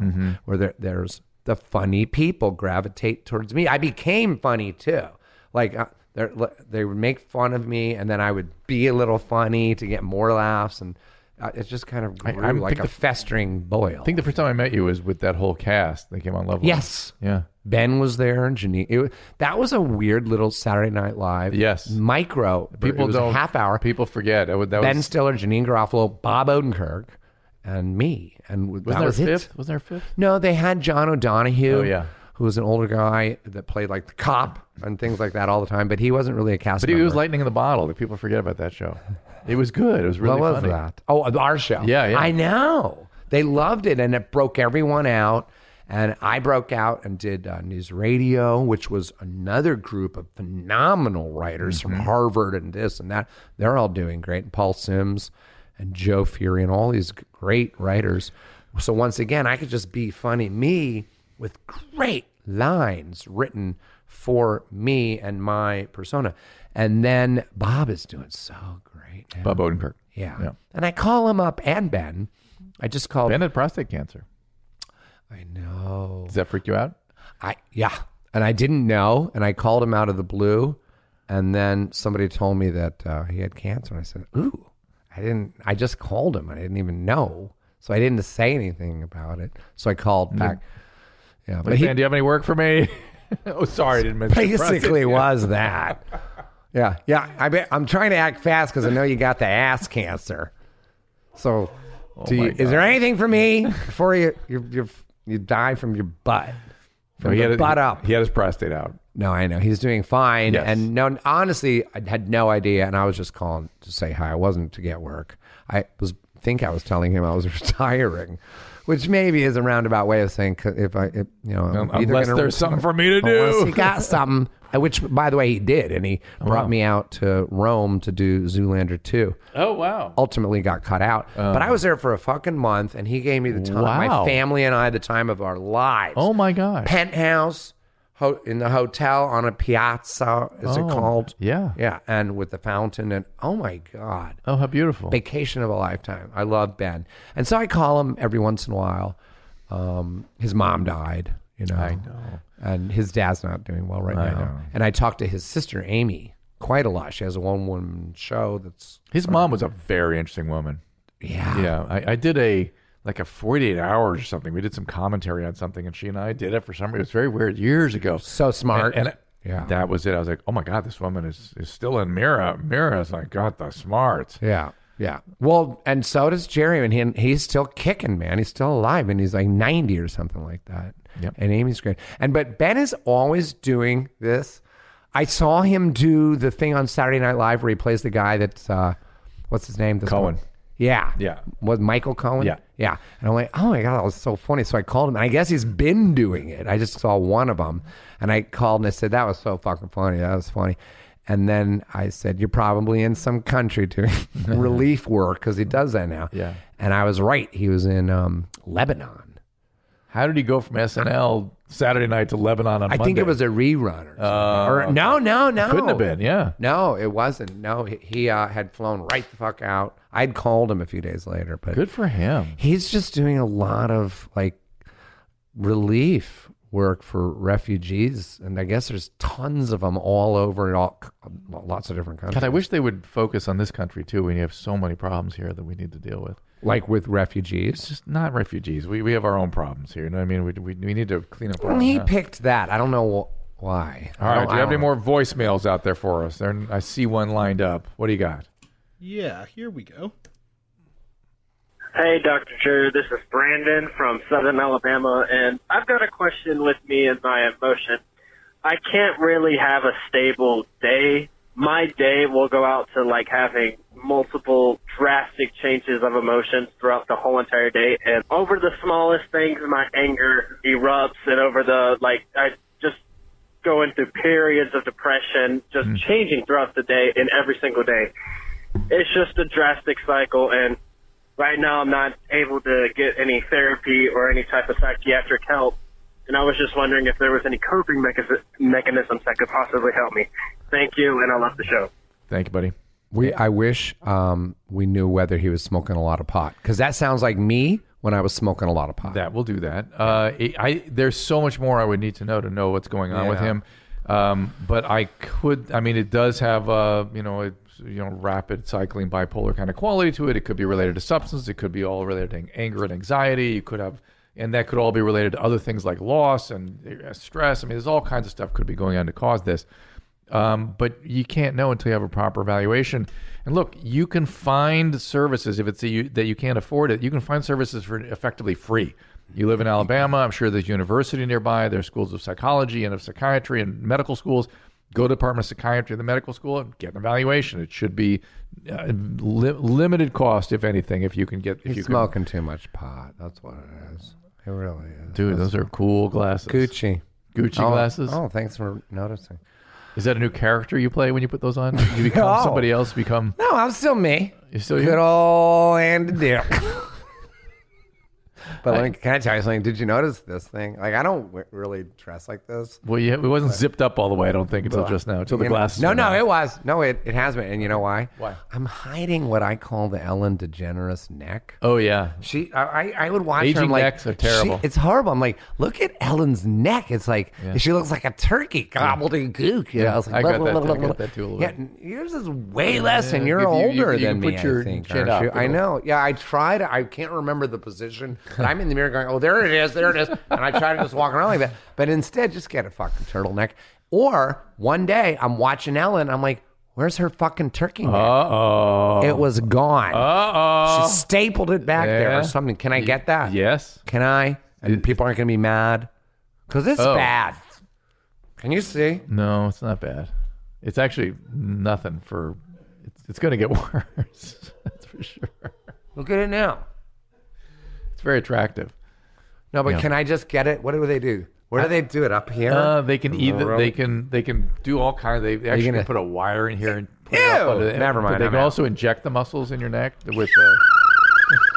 [SPEAKER 2] where there, there's the funny people gravitate towards me. I became funny too, like. Uh, they're- they would make fun of me, and then I would be a little funny to get more laughs, and uh, it's just kind of grew
[SPEAKER 1] I'm-
[SPEAKER 2] like
[SPEAKER 1] think the-
[SPEAKER 2] a festering boil.
[SPEAKER 1] I think the first time I met you was with that whole cast. They came on Love. Line.
[SPEAKER 2] yes,
[SPEAKER 1] Yeah.
[SPEAKER 2] Ben was there and Janine. It, wa- that was a weird little Saturday Night Live.
[SPEAKER 1] Yes.
[SPEAKER 2] micro.
[SPEAKER 1] People
[SPEAKER 2] it was a
[SPEAKER 1] don't
[SPEAKER 2] half hour.
[SPEAKER 1] People forget. That was, that
[SPEAKER 2] ben
[SPEAKER 1] was,
[SPEAKER 2] Stiller, Janine Garofalo, Bob Odenkirk, and me, and w-
[SPEAKER 1] wasn't
[SPEAKER 2] that
[SPEAKER 1] there
[SPEAKER 2] was
[SPEAKER 1] a
[SPEAKER 2] it.
[SPEAKER 1] fifth? Wasn't there a fifth?
[SPEAKER 2] No, they had John O'Donohue.
[SPEAKER 1] Oh, yeah.
[SPEAKER 2] Who was an older guy that played like the cop and things like that all the time, but he wasn't really a cast
[SPEAKER 1] But he
[SPEAKER 2] member.
[SPEAKER 1] was lightning in the bottle. That people forget about that show. It was good. It was really
[SPEAKER 2] what
[SPEAKER 1] funny.
[SPEAKER 2] was that? Oh, our show.
[SPEAKER 1] Yeah, yeah.
[SPEAKER 2] I know. They loved it, and it broke everyone out. And I broke out and did uh, news radio, which was another group of phenomenal writers from Harvard and this and that. They're all doing great. And Paul Sims and Joe Fury and all these g- great writers. So once again, I could just be funny me with great lines written for me and my persona. And then Bob is doing so great. now.
[SPEAKER 1] Bob Odenkirk.
[SPEAKER 2] Yeah.
[SPEAKER 1] Yeah.
[SPEAKER 2] And I call him up and Ben. I just called.
[SPEAKER 1] Ben had prostate cancer.
[SPEAKER 2] I know.
[SPEAKER 1] Does that freak you out?
[SPEAKER 2] I yeah. And I didn't know. And I called him out of the blue. And then somebody told me that uh, he had cancer. And I said, "Ooh, I didn't. I just called him. I didn't even know. So I didn't say anything about it. So I called back. Yeah, but
[SPEAKER 1] Like,
[SPEAKER 2] he
[SPEAKER 1] ben, do you have any work for me? oh, sorry, I didn't mention
[SPEAKER 2] basically
[SPEAKER 1] prostate.
[SPEAKER 2] was that. Yeah, yeah. I bet I'm trying to act fast because I know you got the ass cancer. So, do
[SPEAKER 1] my
[SPEAKER 2] you, is there anything for me before you you you, you die from your butt? From
[SPEAKER 1] he
[SPEAKER 2] your
[SPEAKER 1] had it-
[SPEAKER 2] butt up.
[SPEAKER 1] He had his prostate out.
[SPEAKER 2] No, I know he's doing fine,
[SPEAKER 1] Yes.
[SPEAKER 2] and no, honestly, I had no idea, and I was just calling to say hi. I wasn't to get work. I was think I was telling him I was retiring, which maybe is a roundabout way of saying 'cause if I, if, you know, I'm either
[SPEAKER 1] Unless
[SPEAKER 2] gonna-
[SPEAKER 1] there's something for me to
[SPEAKER 2] unless
[SPEAKER 1] do.
[SPEAKER 2] he got something. uh, Which, by the way, he did, and he brought me out to Rome to do Zoolander two.
[SPEAKER 1] Oh wow. Oh.
[SPEAKER 2] Ultimately, got cut out, but I was there for a fucking month, and he gave me the time.
[SPEAKER 1] Wow.
[SPEAKER 2] My family and I, the time of our lives
[SPEAKER 1] Oh my gosh.
[SPEAKER 2] penthouse ho- in the hotel on a piazza, is
[SPEAKER 1] Oh,
[SPEAKER 2] it called?
[SPEAKER 1] yeah.
[SPEAKER 2] Yeah. And with the fountain. And oh my God,
[SPEAKER 1] Oh how beautiful.
[SPEAKER 2] vacation of a lifetime. I love Ben. And so I call him every once in a while. Um, his mom died, you know. I know. And his dad's not doing well right now. And I talked to his sister, Amy, quite a lot. She has a one woman show that's,
[SPEAKER 1] His mom was a very interesting woman.
[SPEAKER 2] yeah.
[SPEAKER 1] Yeah, I, I did a like a 48 hours or something. We did some commentary on something, and she and I did it for some reason. It was very weird years ago.
[SPEAKER 2] So smart.
[SPEAKER 1] And, and
[SPEAKER 2] Yeah.
[SPEAKER 1] that was it. I was like, oh my god, this woman is, is still in Mira. Mira's like got the smarts.
[SPEAKER 2] yeah. Yeah. Well, and so does Jerry, and he, he's still kicking, man. He's still alive, and he's like ninety or something like that.
[SPEAKER 1] Yep.
[SPEAKER 2] And Amy's great. And but Ben is always doing this. I saw him do the thing on Saturday Night Live where he plays the guy that's uh, what's his name? This
[SPEAKER 1] Cohen.
[SPEAKER 2] one. Yeah.
[SPEAKER 1] Yeah.
[SPEAKER 2] Was Michael Cohen?
[SPEAKER 1] Yeah.
[SPEAKER 2] Yeah. And I'm like, oh my God, that was so funny. So I called him. And I guess he's been doing it. I just saw one of them. And I called and I said, that was so fucking funny. That was funny. And then I said, you're probably in some country doing relief work because he does that now.
[SPEAKER 1] Yeah.
[SPEAKER 2] And I was right. He was in um, Lebanon.
[SPEAKER 1] How did he go from SNL Saturday night to Lebanon on
[SPEAKER 2] I
[SPEAKER 1] Monday?
[SPEAKER 2] think it was a rerun. Or, something.
[SPEAKER 1] Uh,
[SPEAKER 2] Or- no, no, no.
[SPEAKER 1] Couldn't have been, yeah.
[SPEAKER 2] No, it wasn't. No, he, he uh, had flown right the fuck out. I'd called him a few days later, but
[SPEAKER 1] Good for him.
[SPEAKER 2] he's just doing a lot of like relief work for refugees, and I guess there's tons of them all over in all lots of different countries.
[SPEAKER 1] God, I wish they would focus on this country too. We have so many problems here that we need to deal with.
[SPEAKER 2] like with refugees.
[SPEAKER 1] It's just not refugees. We we have our own problems here. You know what I mean? We we, we need to clean up. Our
[SPEAKER 2] Well,
[SPEAKER 1] own
[SPEAKER 2] he
[SPEAKER 1] house.
[SPEAKER 2] picked that. I don't know wh- why.
[SPEAKER 1] All
[SPEAKER 2] I
[SPEAKER 1] right.
[SPEAKER 2] don't-
[SPEAKER 1] Do you have
[SPEAKER 2] I
[SPEAKER 1] any
[SPEAKER 2] don't-
[SPEAKER 1] more voicemails out there for us? There, I see one lined up. What do you got?
[SPEAKER 4] Yeah, here we go.
[SPEAKER 9] Hey, Dr. Drew, this is Brandon from Southern Alabama, and I've got a question with me and my emotion. I can't really have a stable day. My day will go out to like having multiple drastic changes of emotions throughout the whole entire day, and over the smallest things, my anger erupts, and over the like, I just go into periods of depression, just changing throughout the day and every single day. It's just a drastic cycle, and right now I'm not able to get any therapy or any type of psychiatric help. And I was just wondering if there was any coping mecha- mechanisms that could possibly help me. Thank you, and I love the show.
[SPEAKER 1] Thank you, buddy.
[SPEAKER 2] We, I wish um, we knew whether he was smoking a lot of pot because that sounds like me when I was smoking a lot of pot.
[SPEAKER 1] That we'll do that. Uh, it- I there's so much more I would need to know to know what's going on with
[SPEAKER 2] Yeah.
[SPEAKER 1] him. Um, but I could. I mean, it does have a you know a, you know rapid cycling bipolar kind of quality to it. It could be related to substance. It could be all related to anger and anxiety. You could have. And that could all be related to other things like loss and uh, stress. I mean, there's all kinds of stuff could be going on to cause this. Um, but you can't know until you have a proper evaluation. And look, you can find services if it's a, you, that you can't afford it. You can find services for effectively free. You live in Alabama. I'm sure there's university nearby. There's schools of psychology and of psychiatry and medical schools. Go to Department of Psychiatry of the medical school and get an evaluation. It should be uh, li- limited cost, if anything, if you can get. If
[SPEAKER 2] He's
[SPEAKER 1] you can,
[SPEAKER 2] smoking too much pot. That's what it is. It really is.
[SPEAKER 1] dude, those are cool glasses.
[SPEAKER 2] Gucci.
[SPEAKER 1] Gucci
[SPEAKER 2] oh,
[SPEAKER 1] glasses.
[SPEAKER 2] Oh, thanks for noticing.
[SPEAKER 1] Is that a new character you play when you put those on? You become
[SPEAKER 2] No.
[SPEAKER 1] somebody else. Become
[SPEAKER 2] No, I'm still me.
[SPEAKER 1] you still
[SPEAKER 2] Good old Andy Dick. but let me, can I tell you something? Did you notice this thing? Like, I don't w- really dress like this.
[SPEAKER 1] Well, yeah, it wasn't zipped up all the way, I don't think, until just now, until the
[SPEAKER 2] You know-
[SPEAKER 1] glasses.
[SPEAKER 2] No,
[SPEAKER 1] went
[SPEAKER 2] no,
[SPEAKER 1] on.
[SPEAKER 2] it was. No, it, it has been. And you know why?
[SPEAKER 1] Why?
[SPEAKER 2] I'm hiding what I call the Ellen DeGeneres neck.
[SPEAKER 1] Oh, yeah.
[SPEAKER 2] She, I, I I would watch her.
[SPEAKER 1] Aging
[SPEAKER 2] I'm like,
[SPEAKER 1] necks are terrible.
[SPEAKER 2] she- it's horrible. I'm like, look at Ellen's neck. It's like
[SPEAKER 1] Yeah.
[SPEAKER 2] she looks like a turkey gobbled in gook. You know, I was like,
[SPEAKER 1] I got
[SPEAKER 2] blah,
[SPEAKER 1] that
[SPEAKER 2] blah,
[SPEAKER 1] too.
[SPEAKER 2] blah,
[SPEAKER 1] I
[SPEAKER 2] blah,
[SPEAKER 1] got
[SPEAKER 2] blah.
[SPEAKER 1] that too a little
[SPEAKER 2] Yeah,
[SPEAKER 1] bit.
[SPEAKER 2] n- yours is way less, and
[SPEAKER 1] Yeah,
[SPEAKER 2] you're
[SPEAKER 1] if you- you-
[SPEAKER 2] older
[SPEAKER 1] you
[SPEAKER 2] than
[SPEAKER 1] put
[SPEAKER 2] me.
[SPEAKER 1] your
[SPEAKER 2] I think.
[SPEAKER 1] chin
[SPEAKER 2] aren't
[SPEAKER 1] up
[SPEAKER 2] you?
[SPEAKER 1] a
[SPEAKER 2] I
[SPEAKER 1] little.
[SPEAKER 2] know. Yeah, I tried. I can't remember the position, but I'm in the mirror going, "Oh, there it is, there it is," and I try to just walk around like that. But instead, just get a fucking turtleneck. Or one day, I'm watching Ellen. I'm like, "Where's her fucking turkey neck?"
[SPEAKER 1] Uh-oh.
[SPEAKER 2] it was gone.
[SPEAKER 1] Uh-oh.
[SPEAKER 2] She stapled it back there
[SPEAKER 1] Oh. Yeah.
[SPEAKER 2] or something. Can I get that?
[SPEAKER 1] yes.
[SPEAKER 2] Can I? And people aren't going to be mad because it's
[SPEAKER 1] Oh.
[SPEAKER 2] bad. Can you see?
[SPEAKER 1] No, it's not bad. It's actually nothing for... It's, it's going to get worse. That's for sure.
[SPEAKER 2] Look at it now.
[SPEAKER 1] It's very attractive.
[SPEAKER 2] No, but
[SPEAKER 1] Yeah.
[SPEAKER 2] can I just get it? What do they do? Where do they do it? Up here?
[SPEAKER 1] Uh, they can either
[SPEAKER 2] Roll.
[SPEAKER 1] they can they can do all kinds. Of, they they actually
[SPEAKER 2] Oh, gonna-
[SPEAKER 1] put a wire in here and put it
[SPEAKER 2] Ew!
[SPEAKER 1] up under the-
[SPEAKER 2] Never
[SPEAKER 1] but
[SPEAKER 2] mind,
[SPEAKER 1] They
[SPEAKER 2] I'm
[SPEAKER 1] can
[SPEAKER 2] out.
[SPEAKER 1] also inject the muscles in your neck with uh,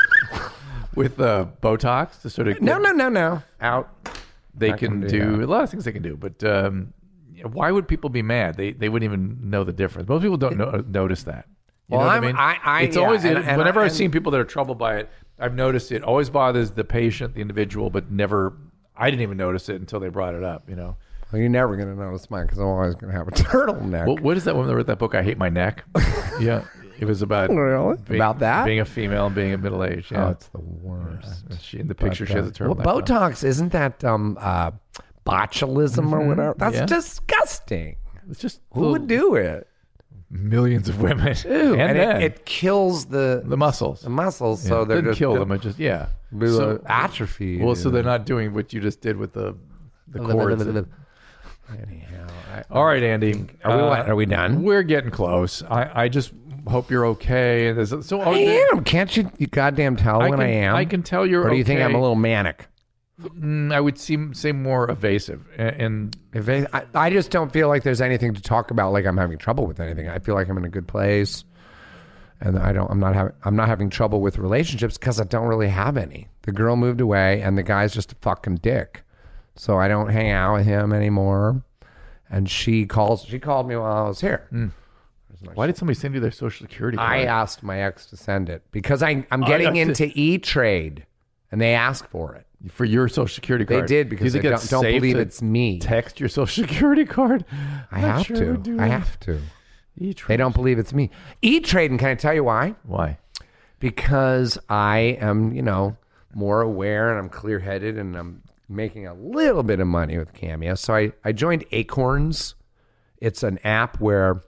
[SPEAKER 1] with uh, Botox to sort of
[SPEAKER 2] no,
[SPEAKER 1] get-
[SPEAKER 2] no, no, no. Out.
[SPEAKER 1] they
[SPEAKER 2] I
[SPEAKER 1] can
[SPEAKER 2] can
[SPEAKER 1] do,
[SPEAKER 2] do that.
[SPEAKER 1] a lot of things they can do but um, why would people be mad they they wouldn't even know the difference most people don't no- notice that you
[SPEAKER 2] Well,
[SPEAKER 1] know what
[SPEAKER 2] I'm-
[SPEAKER 1] i mean
[SPEAKER 2] I- I-
[SPEAKER 1] it's
[SPEAKER 2] yeah,
[SPEAKER 1] always
[SPEAKER 2] and- and
[SPEAKER 1] whenever
[SPEAKER 2] I-
[SPEAKER 1] i've
[SPEAKER 2] and-
[SPEAKER 1] seen people that are troubled by it i've noticed it always bothers the patient the individual but never i didn't even notice it until they brought it up you know
[SPEAKER 2] Well, you're never going to notice mine because I'm always going to have a turtleneck.
[SPEAKER 1] what, what is that woman that wrote that book i hate my neck yeah it was about
[SPEAKER 2] Really?
[SPEAKER 1] being,
[SPEAKER 2] About that?
[SPEAKER 1] being a female and being a middle age
[SPEAKER 2] oh,
[SPEAKER 1] yeah uh,
[SPEAKER 2] it's the worst.
[SPEAKER 1] she in the picture she has a
[SPEAKER 2] Well,
[SPEAKER 1] turtleneck on.
[SPEAKER 2] Botox isn't that um, uh, botulism or whatever? That's
[SPEAKER 1] Mm-hmm. Yeah.
[SPEAKER 2] disgusting.
[SPEAKER 1] it's just
[SPEAKER 2] Who would do it?
[SPEAKER 1] millions of women
[SPEAKER 2] Ooh,
[SPEAKER 1] and,
[SPEAKER 2] and,
[SPEAKER 1] men.
[SPEAKER 2] it, it kills the
[SPEAKER 1] the muscles.
[SPEAKER 2] the muscles,
[SPEAKER 1] Yeah,
[SPEAKER 2] so they're
[SPEAKER 1] didn't
[SPEAKER 2] just
[SPEAKER 1] kill
[SPEAKER 2] go-
[SPEAKER 1] them. It just yeah.
[SPEAKER 2] Blew
[SPEAKER 1] So-
[SPEAKER 2] a- atrophy. Oh,
[SPEAKER 1] well, so they're not doing what you just did with the the cords.
[SPEAKER 2] Anyhow, I,
[SPEAKER 1] All right, Andy. Uh,
[SPEAKER 2] Are we what? Are we done?
[SPEAKER 1] We're getting close. I, I just hope you're okay. There's, so oh,
[SPEAKER 2] I
[SPEAKER 1] there-
[SPEAKER 2] am. Can't you, you goddamn tell
[SPEAKER 1] I
[SPEAKER 2] when
[SPEAKER 1] can,
[SPEAKER 2] I am?
[SPEAKER 1] I can tell you're.
[SPEAKER 2] Or do you think I'm
[SPEAKER 1] okay.
[SPEAKER 2] a little manic?
[SPEAKER 1] Mm, I would seem seem more evasive and. and
[SPEAKER 2] If they, I, I just don't feel like there's anything to talk about. Like I'm having trouble with anything. I feel like I'm in a good place, and I don't. I'm not having. I'm not having trouble with relationships because I don't really have any. The girl moved away, and the guy's just a fucking dick. So I don't hang out with him anymore. And she calls. She called me while I was here.
[SPEAKER 1] Mm. why did somebody send you their social security card?
[SPEAKER 2] I uh, asked my ex to send it because I,
[SPEAKER 1] Oh,
[SPEAKER 2] I'm getting
[SPEAKER 1] yeah.
[SPEAKER 2] into E Trade, and they ask for it.
[SPEAKER 1] for your social security
[SPEAKER 2] They
[SPEAKER 1] card.
[SPEAKER 2] did
[SPEAKER 1] Do you
[SPEAKER 2] because
[SPEAKER 1] think
[SPEAKER 2] they
[SPEAKER 1] it's
[SPEAKER 2] don't, don't
[SPEAKER 1] safe
[SPEAKER 2] believe
[SPEAKER 1] to
[SPEAKER 2] it's me.
[SPEAKER 1] Text your social security card.
[SPEAKER 2] I have to. I have to. They don't believe it's me. E Trade, and can I tell you why?
[SPEAKER 1] Why?
[SPEAKER 2] Because I am, you know, more aware and I'm clear headed and I'm making a little bit of money with Cameo. So I, I joined Acorns. It's an app where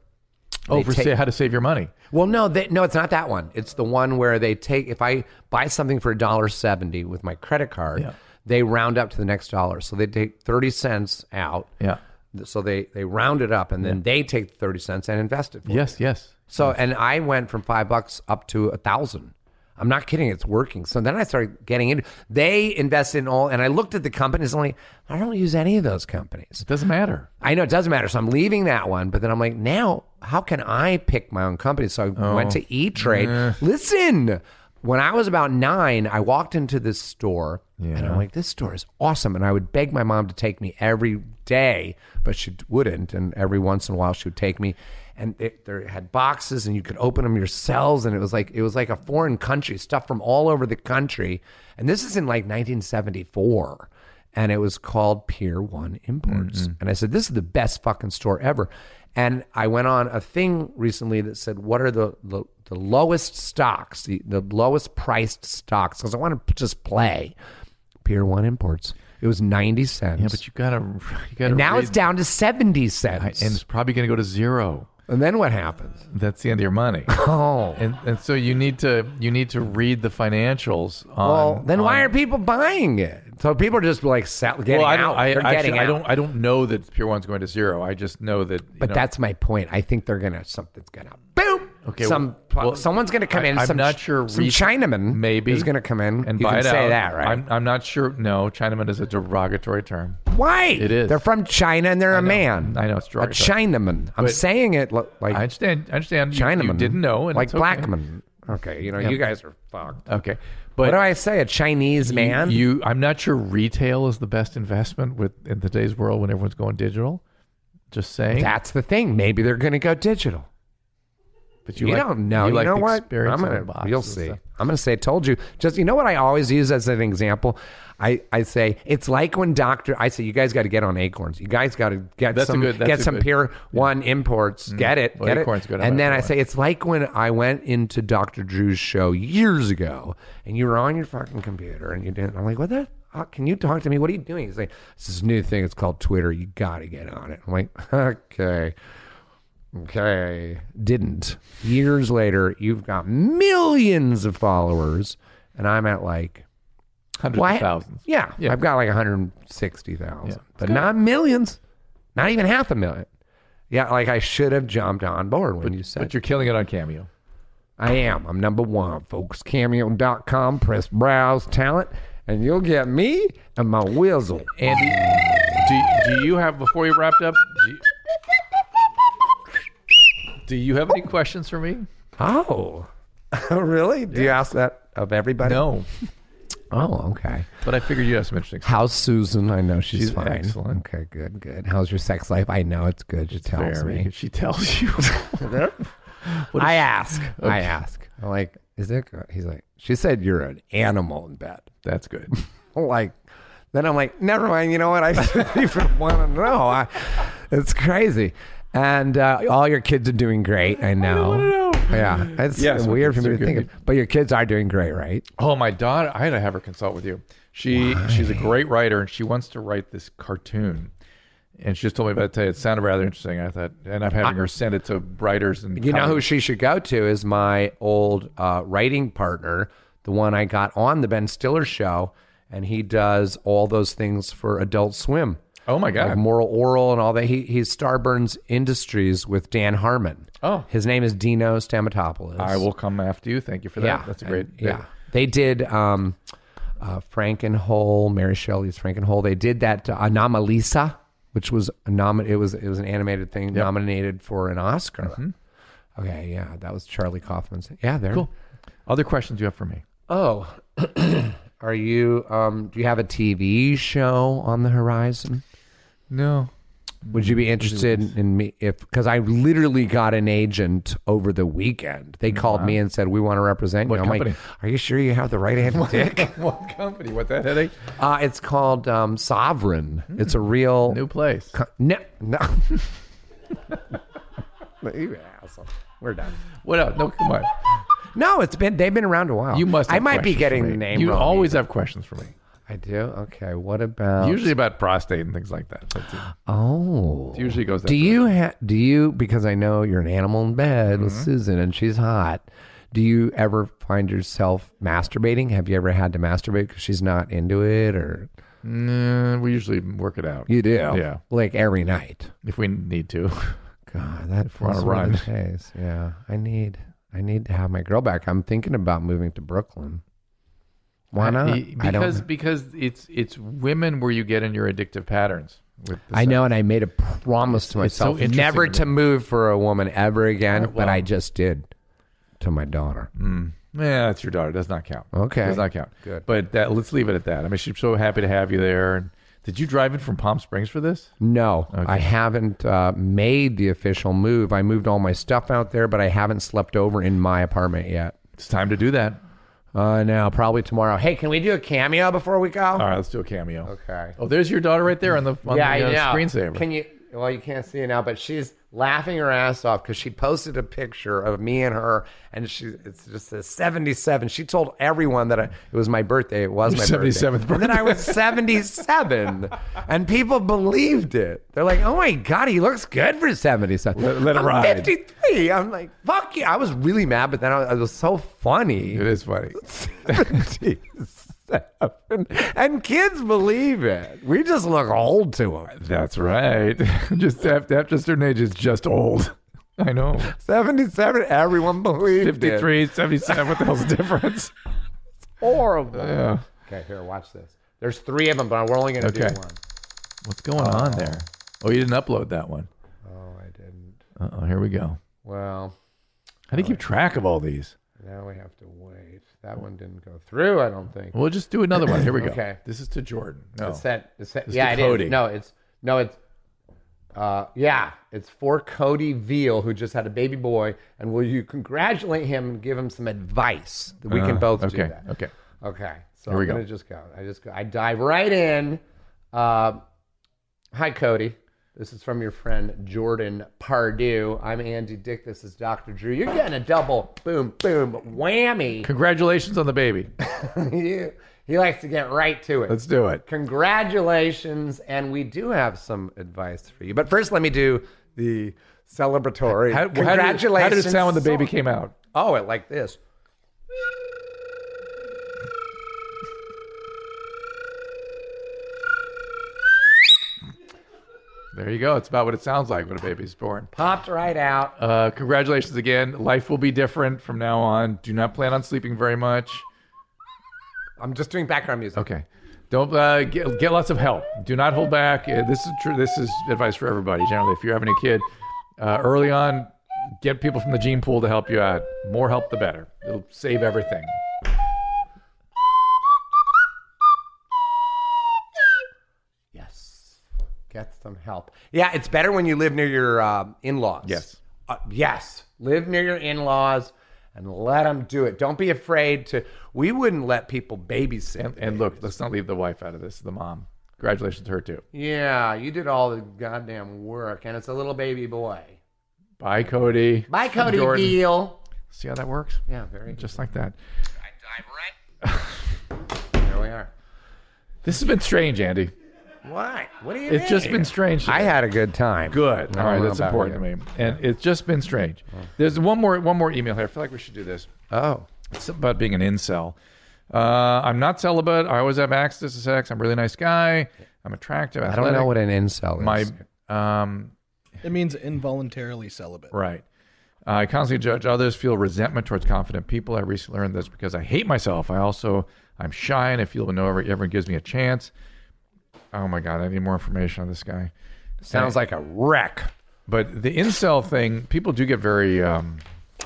[SPEAKER 1] Oh, for
[SPEAKER 2] take-
[SPEAKER 1] say, how to save your money.
[SPEAKER 2] well, no, they, no, it's not that one. It's the one where they take if I buy something for $1.70 with my credit card,
[SPEAKER 1] Yeah.
[SPEAKER 2] they round up to the next dollar. So they take 30 cents out.
[SPEAKER 1] Yeah.
[SPEAKER 2] So they they round it up and then they take 30 cents and invest it. For
[SPEAKER 1] Yes. Yes.
[SPEAKER 2] so, and I went from five bucks up to a thousand. I'm not kidding. It's working. So then I started getting into. They invested in all, and I looked at the companies. Only I don't use any of those companies.
[SPEAKER 1] It doesn't matter.
[SPEAKER 2] I know it doesn't matter. So I'm leaving that one. But then I'm like, now how can I pick my own company? So I went to E Trade. Listen, when I was about nine, I walked into this store, and I'm like, this store is awesome. And I would beg my mom to take me every day, but she wouldn't. And every once in a while, she would take me. And it, there had boxes, and you could open them yourselves, and it was like it was like a foreign country, stuff from all over the country. And this is in like 1974 and it was called Pier One Imports.
[SPEAKER 1] Mm-hmm.
[SPEAKER 2] And I said, "This is the best fucking store ever." And I went on a thing recently that said, "What are the the, the lowest stocks, the, the lowest priced stocks?" Because I want to just play Pier One Imports. It was ninety cents.
[SPEAKER 1] Yeah, but you gotta. You gotta
[SPEAKER 2] and now
[SPEAKER 1] read-
[SPEAKER 2] it's down to seventy cents.
[SPEAKER 1] and it's probably gonna go to zero.
[SPEAKER 2] and then what happens?
[SPEAKER 1] That's the end of your money.
[SPEAKER 2] Oh.
[SPEAKER 1] and and so you need to you need to read the financials. On,
[SPEAKER 2] Well, then
[SPEAKER 1] on-
[SPEAKER 2] why are people buying it? So people are just like sell, getting
[SPEAKER 1] Well, I don't.
[SPEAKER 2] out.
[SPEAKER 1] I,
[SPEAKER 2] They're
[SPEAKER 1] actually,
[SPEAKER 2] getting out.
[SPEAKER 1] I don't. I don't know that Pier One's going to zero. I just know that. you
[SPEAKER 2] But
[SPEAKER 1] know,
[SPEAKER 2] that's my point. I think they're gonna something's gonna boom.
[SPEAKER 1] Okay,
[SPEAKER 2] Some
[SPEAKER 1] well,
[SPEAKER 2] someone's gonna come
[SPEAKER 1] I-
[SPEAKER 2] in.
[SPEAKER 1] I'm
[SPEAKER 2] some,
[SPEAKER 1] not sure
[SPEAKER 2] Some
[SPEAKER 1] reason-
[SPEAKER 2] Chinaman
[SPEAKER 1] maybe
[SPEAKER 2] is gonna come in
[SPEAKER 1] and
[SPEAKER 2] you
[SPEAKER 1] buy
[SPEAKER 2] can
[SPEAKER 1] it
[SPEAKER 2] say
[SPEAKER 1] out.
[SPEAKER 2] that right.
[SPEAKER 1] I'm, I'm not sure. No, Chinaman is a derogatory term.
[SPEAKER 2] Why?
[SPEAKER 1] It is.
[SPEAKER 2] They're from China and they're a man.
[SPEAKER 1] I know, it's
[SPEAKER 2] a
[SPEAKER 1] derogatory.
[SPEAKER 2] Chinaman. I'm
[SPEAKER 1] But-
[SPEAKER 2] saying it lo- like
[SPEAKER 1] I understand. I understand. You-
[SPEAKER 2] Chinaman.
[SPEAKER 1] You, didn't know, and
[SPEAKER 2] like
[SPEAKER 1] it's okay.
[SPEAKER 2] black man. Okay, you know you guys are fucked.
[SPEAKER 1] Okay,
[SPEAKER 2] what
[SPEAKER 1] but
[SPEAKER 2] do I say? A Chinese
[SPEAKER 1] you-
[SPEAKER 2] man?
[SPEAKER 1] You, I'm not sure retail is the best investment with in today's world when everyone's going digital. Just saying.
[SPEAKER 2] That's the thing. Maybe they're gonna go digital.
[SPEAKER 1] but
[SPEAKER 2] You,
[SPEAKER 1] like-
[SPEAKER 2] don't know. You,
[SPEAKER 1] like
[SPEAKER 2] know
[SPEAKER 1] the
[SPEAKER 2] what?
[SPEAKER 1] experience
[SPEAKER 2] I'm
[SPEAKER 1] of the
[SPEAKER 2] gonna.
[SPEAKER 1] box
[SPEAKER 2] You'll
[SPEAKER 1] and
[SPEAKER 2] see.
[SPEAKER 1] stuff.
[SPEAKER 2] I'm gonna say. Told you. Just you know what I always use as an example. I, I say it's like when doctor. I say you guys got to get on acorns. You guys got to get
[SPEAKER 1] That's a
[SPEAKER 2] some
[SPEAKER 1] good- that's
[SPEAKER 2] get
[SPEAKER 1] a
[SPEAKER 2] some
[SPEAKER 1] good- Mm-hmm.
[SPEAKER 2] Pier One imports. Get it.
[SPEAKER 1] Well,
[SPEAKER 2] get
[SPEAKER 1] Acorn's
[SPEAKER 2] it.
[SPEAKER 1] good. I'm
[SPEAKER 2] And
[SPEAKER 1] gonna
[SPEAKER 2] then
[SPEAKER 1] try
[SPEAKER 2] I
[SPEAKER 1] one.
[SPEAKER 2] say it's like when I went into Doctor Drew's show years ago, and you were on your fucking computer and you didn't. I'm like, what the. fuck? Can you talk to me? What are you doing? He's like, it's this new thing. It's called Twitter. You got to get on it. I'm like, okay. Okay. Didn't. Years later, you've got millions of followers, and I'm at like
[SPEAKER 1] Hundreds
[SPEAKER 2] why?
[SPEAKER 1] of thousands.
[SPEAKER 2] Yeah,
[SPEAKER 1] Yeah.
[SPEAKER 2] I've got like 160,000,
[SPEAKER 1] Yeah.
[SPEAKER 2] but not millions, not even half a million. Yeah, like I should have jumped on board when you said
[SPEAKER 1] But you're killing it on Cameo.
[SPEAKER 2] I am. I'm number one, folks. Cameo.com, press browse talent, and you'll get me and my whizzle.
[SPEAKER 1] Andy, do, do you have, before you wrapped up, do you, do you have any questions for me?
[SPEAKER 2] Oh, really? Do you ask that of everybody?
[SPEAKER 1] No,
[SPEAKER 2] Oh, okay.
[SPEAKER 1] but I figured you have some interesting stuff.
[SPEAKER 2] How's Susan? I know she's,
[SPEAKER 1] She's
[SPEAKER 2] fine.
[SPEAKER 1] excellent.
[SPEAKER 2] Okay, good, good. How's your sex life? I know it's good. She tells me.
[SPEAKER 1] She tells you.
[SPEAKER 2] I ask. I ask. I'm like, is it good? He's like, she said you're an animal in bed.
[SPEAKER 1] That's good.
[SPEAKER 2] Like, then I'm like, never mind. You know what? I shouldn't even want to know. I, it's crazy. And uh, all your kids are doing great. I know. Yeah, it's
[SPEAKER 1] Yes, my
[SPEAKER 2] weird for
[SPEAKER 1] kids
[SPEAKER 2] me
[SPEAKER 1] are
[SPEAKER 2] to think
[SPEAKER 1] good.
[SPEAKER 2] of. But your kids are doing great, right?
[SPEAKER 1] Oh, my daughter, I had to have her consult with you. She She's a great writer and she wants to write this cartoon. and she just told me about it. It sounded rather interesting. I thought, and I'm having her send it to writers and
[SPEAKER 2] You know who
[SPEAKER 1] colleagues.
[SPEAKER 2] she should go to is my old uh, writing partner, the one I got on the Ben Stiller show, and he does all those things for Adult Swim.
[SPEAKER 1] Oh my God.
[SPEAKER 2] Like Moral Oral and all that. He he's Starburns Industries with Dan Harmon.
[SPEAKER 1] Oh.
[SPEAKER 2] his name is Dino Stamatopoulos.
[SPEAKER 1] I will come after you. Thank you for that.
[SPEAKER 2] Yeah,
[SPEAKER 1] That's a great.
[SPEAKER 2] and- yeah, they did um, uh, Frankenhole, Mary Shelley's Frankenhole. They did that uh, Anomalisa, which was a nom- It was it was an animated thing nominated for an Oscar. Okay, yeah, that was Charlie Kaufman's. Yeah, there.
[SPEAKER 1] Mm-hmm. Cool. Other questions you have for me?
[SPEAKER 2] Oh, are you? Um, do you have a TV show on the horizon?
[SPEAKER 1] No.
[SPEAKER 2] Would you be interested in me if because I literally got an agent over the weekend. They called me and said we want to represent you. I'm like,
[SPEAKER 1] Oh, company?
[SPEAKER 2] are you sure you have the right hand dick?
[SPEAKER 1] what company? What that headache?
[SPEAKER 2] Uh, it's called um, Sovereign.
[SPEAKER 1] Hmm.
[SPEAKER 2] It's a real
[SPEAKER 1] New place.
[SPEAKER 2] co- no no. You asshole. We're done.
[SPEAKER 1] What else? No, come on.
[SPEAKER 2] No, it's been they've been around a while.
[SPEAKER 1] You must.
[SPEAKER 2] I
[SPEAKER 1] have
[SPEAKER 2] might be
[SPEAKER 1] questions
[SPEAKER 2] getting
[SPEAKER 1] for me.
[SPEAKER 2] the name
[SPEAKER 1] You
[SPEAKER 2] wrong.
[SPEAKER 1] always have questions for me.
[SPEAKER 2] I do. Okay. What about
[SPEAKER 1] Usually about prostate and things like that. That's it.
[SPEAKER 2] Oh.
[SPEAKER 1] usually goes that
[SPEAKER 2] Do you ha- do you because I know you're an animal in bed with
[SPEAKER 1] Mm-hmm.
[SPEAKER 2] Susan and she's hot. Do you ever find yourself masturbating? Have you ever had to masturbate because she's not into it or
[SPEAKER 1] Nah, we usually work it out.
[SPEAKER 2] you do?
[SPEAKER 1] Yeah.
[SPEAKER 2] Like every night.
[SPEAKER 1] If we need to.
[SPEAKER 2] God, that
[SPEAKER 1] we're on a
[SPEAKER 2] feels really
[SPEAKER 1] run.
[SPEAKER 2] nice. Yeah, I need I need to have my girl back. I'm thinking about moving to Brooklyn. Why not?
[SPEAKER 1] I- e,
[SPEAKER 2] I
[SPEAKER 1] Because
[SPEAKER 2] don't.
[SPEAKER 1] because it's it's women where you get in your addictive patterns. With the
[SPEAKER 2] I
[SPEAKER 1] sex.
[SPEAKER 2] know, and I made a promise to
[SPEAKER 1] it's so
[SPEAKER 2] myself
[SPEAKER 1] interesting
[SPEAKER 2] never
[SPEAKER 1] to
[SPEAKER 2] to move for a woman ever again,
[SPEAKER 1] Alright,
[SPEAKER 2] but I
[SPEAKER 1] well-
[SPEAKER 2] just did to my daughter.
[SPEAKER 1] Yeah, that's your daughter. Does not count.
[SPEAKER 2] Okay.
[SPEAKER 1] does not count.
[SPEAKER 2] Good.
[SPEAKER 1] But that, let's leave it at that. I mean, she's so happy to have you there. And did you drive in from Palm Springs for this?
[SPEAKER 2] No, I haven't uh, made the official move. I moved all my stuff out there, but I haven't slept over in my apartment yet.
[SPEAKER 1] It's time to do that.
[SPEAKER 2] Uh, no, probably tomorrow. Hey, can we do a cameo before we go?
[SPEAKER 1] All right, let's do a cameo.
[SPEAKER 2] Okay.
[SPEAKER 1] Oh, there's your daughter right there on the on
[SPEAKER 2] yeah,
[SPEAKER 1] the
[SPEAKER 2] I
[SPEAKER 1] uh,
[SPEAKER 2] know.
[SPEAKER 1] screensaver.
[SPEAKER 2] Can you? Well, you can't see it now, but she's laughing her ass off because she posted a picture of me and her, and she it's just says seventy-seven. She told everyone that I, it was my birthday. It was
[SPEAKER 1] Your
[SPEAKER 2] my
[SPEAKER 1] 77th
[SPEAKER 2] birthday. And then I
[SPEAKER 1] birthday.
[SPEAKER 2] was seventy-seven, and people believed it. They're like, "Oh my god, he looks good for seventy-seven.
[SPEAKER 1] Let- let it
[SPEAKER 2] I'm
[SPEAKER 1] ride.
[SPEAKER 2] Fifty-three. I'm like, fuck you. I was really mad, but then I was, it was so funny.
[SPEAKER 1] it is funny.
[SPEAKER 2] 77. And kids believe it. We just look old to them.
[SPEAKER 1] That's right. just after, after a certain age, it's just old. I know.
[SPEAKER 2] 77, everyone believes it.
[SPEAKER 1] 53, 77, what the hell's the difference?
[SPEAKER 2] Horrible.
[SPEAKER 1] Yeah.
[SPEAKER 2] Okay, here, watch this. There's three of them, but we're only going to
[SPEAKER 1] Okay.
[SPEAKER 2] do one.
[SPEAKER 1] What's going on there? Oh, you didn't upload that one.
[SPEAKER 2] Oh, I didn't.
[SPEAKER 1] Uh-oh, here we go.
[SPEAKER 2] Well,
[SPEAKER 1] How do you keep track of all these?
[SPEAKER 2] now we have to wait. That one didn't go through, I don't think.
[SPEAKER 1] We'll just do another one. Here we go.
[SPEAKER 2] Okay.
[SPEAKER 1] This is to Jordan. No.
[SPEAKER 2] It's that. It's that
[SPEAKER 1] It's
[SPEAKER 2] yeah,
[SPEAKER 1] the
[SPEAKER 2] it is.
[SPEAKER 1] Cody.
[SPEAKER 2] No, it's no, it's. Uh, yeah, it's for Cody Veal, who just had a baby boy, and will you congratulate him and give him some advice? We can
[SPEAKER 1] Uh,
[SPEAKER 2] both
[SPEAKER 1] okay,
[SPEAKER 2] do that.
[SPEAKER 1] okay.
[SPEAKER 2] Okay. So
[SPEAKER 1] Here we
[SPEAKER 2] I'm
[SPEAKER 1] go.
[SPEAKER 2] gonna just go. I just go. I dive right in. Uh, hi, Cody. This is from your friend Jordan Pardue. I'm Andy Dick. This is Dr. Drew. You're getting a double boom, boom, whammy.
[SPEAKER 1] Congratulations on the baby.
[SPEAKER 2] he, he likes to get right to it.
[SPEAKER 1] Let's do it.
[SPEAKER 2] Congratulations, and we do have some advice for you. But first, let me do the celebratory.
[SPEAKER 1] How, how did it-
[SPEAKER 2] Congratulations.
[SPEAKER 1] How did it sound when the baby
[SPEAKER 2] song.
[SPEAKER 1] came out?
[SPEAKER 2] Oh, it like this.
[SPEAKER 1] There you go. It's about what it sounds like when a baby's born.
[SPEAKER 2] Popped right out.
[SPEAKER 1] Uh, congratulations again. Life will be different from now on. Do not plan on sleeping very much.
[SPEAKER 2] I'm just doing background music.
[SPEAKER 1] Okay. Don't uh, get, get lots of help. Do not hold back. Uh, This is true. This is advice for everybody. Generally, if you're having a kid uh, early on, get people from the gene pool to help you out. More help, the better. It'll save everything.
[SPEAKER 2] Yes. Get some help. Yeah, it's better when you live near your um, in laws.
[SPEAKER 1] Yes.
[SPEAKER 2] Uh, yes. Live near your in laws and let them do it. Don't be afraid to. We wouldn't let people babysit.
[SPEAKER 1] And, and look, let's not leave the wife out of this. The mom. Congratulations to her too.
[SPEAKER 2] yeah, you did all the goddamn work, and it's a little baby boy.
[SPEAKER 1] Bye, Cody.
[SPEAKER 2] Bye, Cody
[SPEAKER 1] Jordan.
[SPEAKER 2] Beal.
[SPEAKER 1] See how that works?
[SPEAKER 2] Yeah, very
[SPEAKER 1] Just like that.
[SPEAKER 2] There we are.
[SPEAKER 1] This has been strange, Andy.
[SPEAKER 2] Why? What do you
[SPEAKER 1] It's just
[SPEAKER 2] mean?
[SPEAKER 1] been strange.
[SPEAKER 2] I had a good time.
[SPEAKER 1] Good.
[SPEAKER 2] I
[SPEAKER 1] All right,
[SPEAKER 2] don't know
[SPEAKER 1] that's
[SPEAKER 2] about
[SPEAKER 1] important to
[SPEAKER 2] you.
[SPEAKER 1] me. And it's just been strange. There's one more one more email here. I feel like we should do this.
[SPEAKER 2] Oh.
[SPEAKER 1] It's about being an incel. Uh, I'm not celibate. I always have access to sex. I'm a really nice guy. I'm attractive.
[SPEAKER 2] I
[SPEAKER 1] Athletic.
[SPEAKER 2] don't know what an incel is.
[SPEAKER 1] my um
[SPEAKER 4] It means involuntarily celibate.
[SPEAKER 1] right. I constantly judge others, feel resentment towards confident people. I recently learned this because I hate myself. I also I'm shy and I feel when no one ever gives me a chance. Oh my god, I need more information on this guy.
[SPEAKER 2] Sounds like a wreck.
[SPEAKER 1] But the incel thing, people do get very um, uh,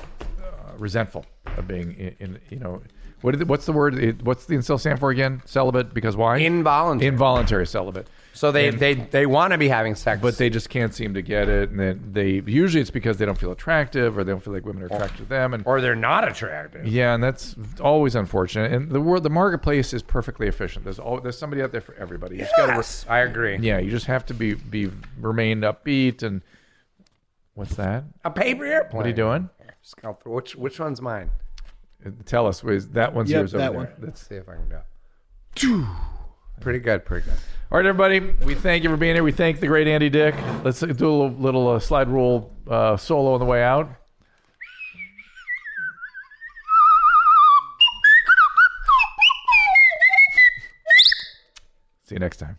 [SPEAKER 1] resentful of being in, in you know, what is it, what's the word? It, what's the incel stand for again? Celibate because why?
[SPEAKER 2] Involuntary.
[SPEAKER 1] Involuntary celibate.
[SPEAKER 2] so they, they, they want to be having sex.
[SPEAKER 1] But they just can't seem to get it, and then they usually it's because they don't feel attractive, or they don't feel like women are attracted to them, and
[SPEAKER 2] or they're not attractive.
[SPEAKER 1] yeah, and that's always unfortunate. And the world, the marketplace is perfectly efficient. There's all there's somebody out there for everybody. You just gotta
[SPEAKER 2] Yes, I agree.
[SPEAKER 1] yeah, you just have to be be remain upbeat and what's that?
[SPEAKER 2] A paper airplane.
[SPEAKER 1] What are you doing?
[SPEAKER 2] Just go through- Which, which one's mine?
[SPEAKER 1] Tell us, is that one's
[SPEAKER 4] Yep,
[SPEAKER 1] yours over
[SPEAKER 4] that
[SPEAKER 1] there.
[SPEAKER 4] one.
[SPEAKER 1] That's-
[SPEAKER 2] see if I can do it. Pretty good, pretty good.
[SPEAKER 1] all right, everybody. We thank you for being here. We thank the great Andy Dick. Let's do a little, little uh, slide rule uh, solo on the way out. See you next time.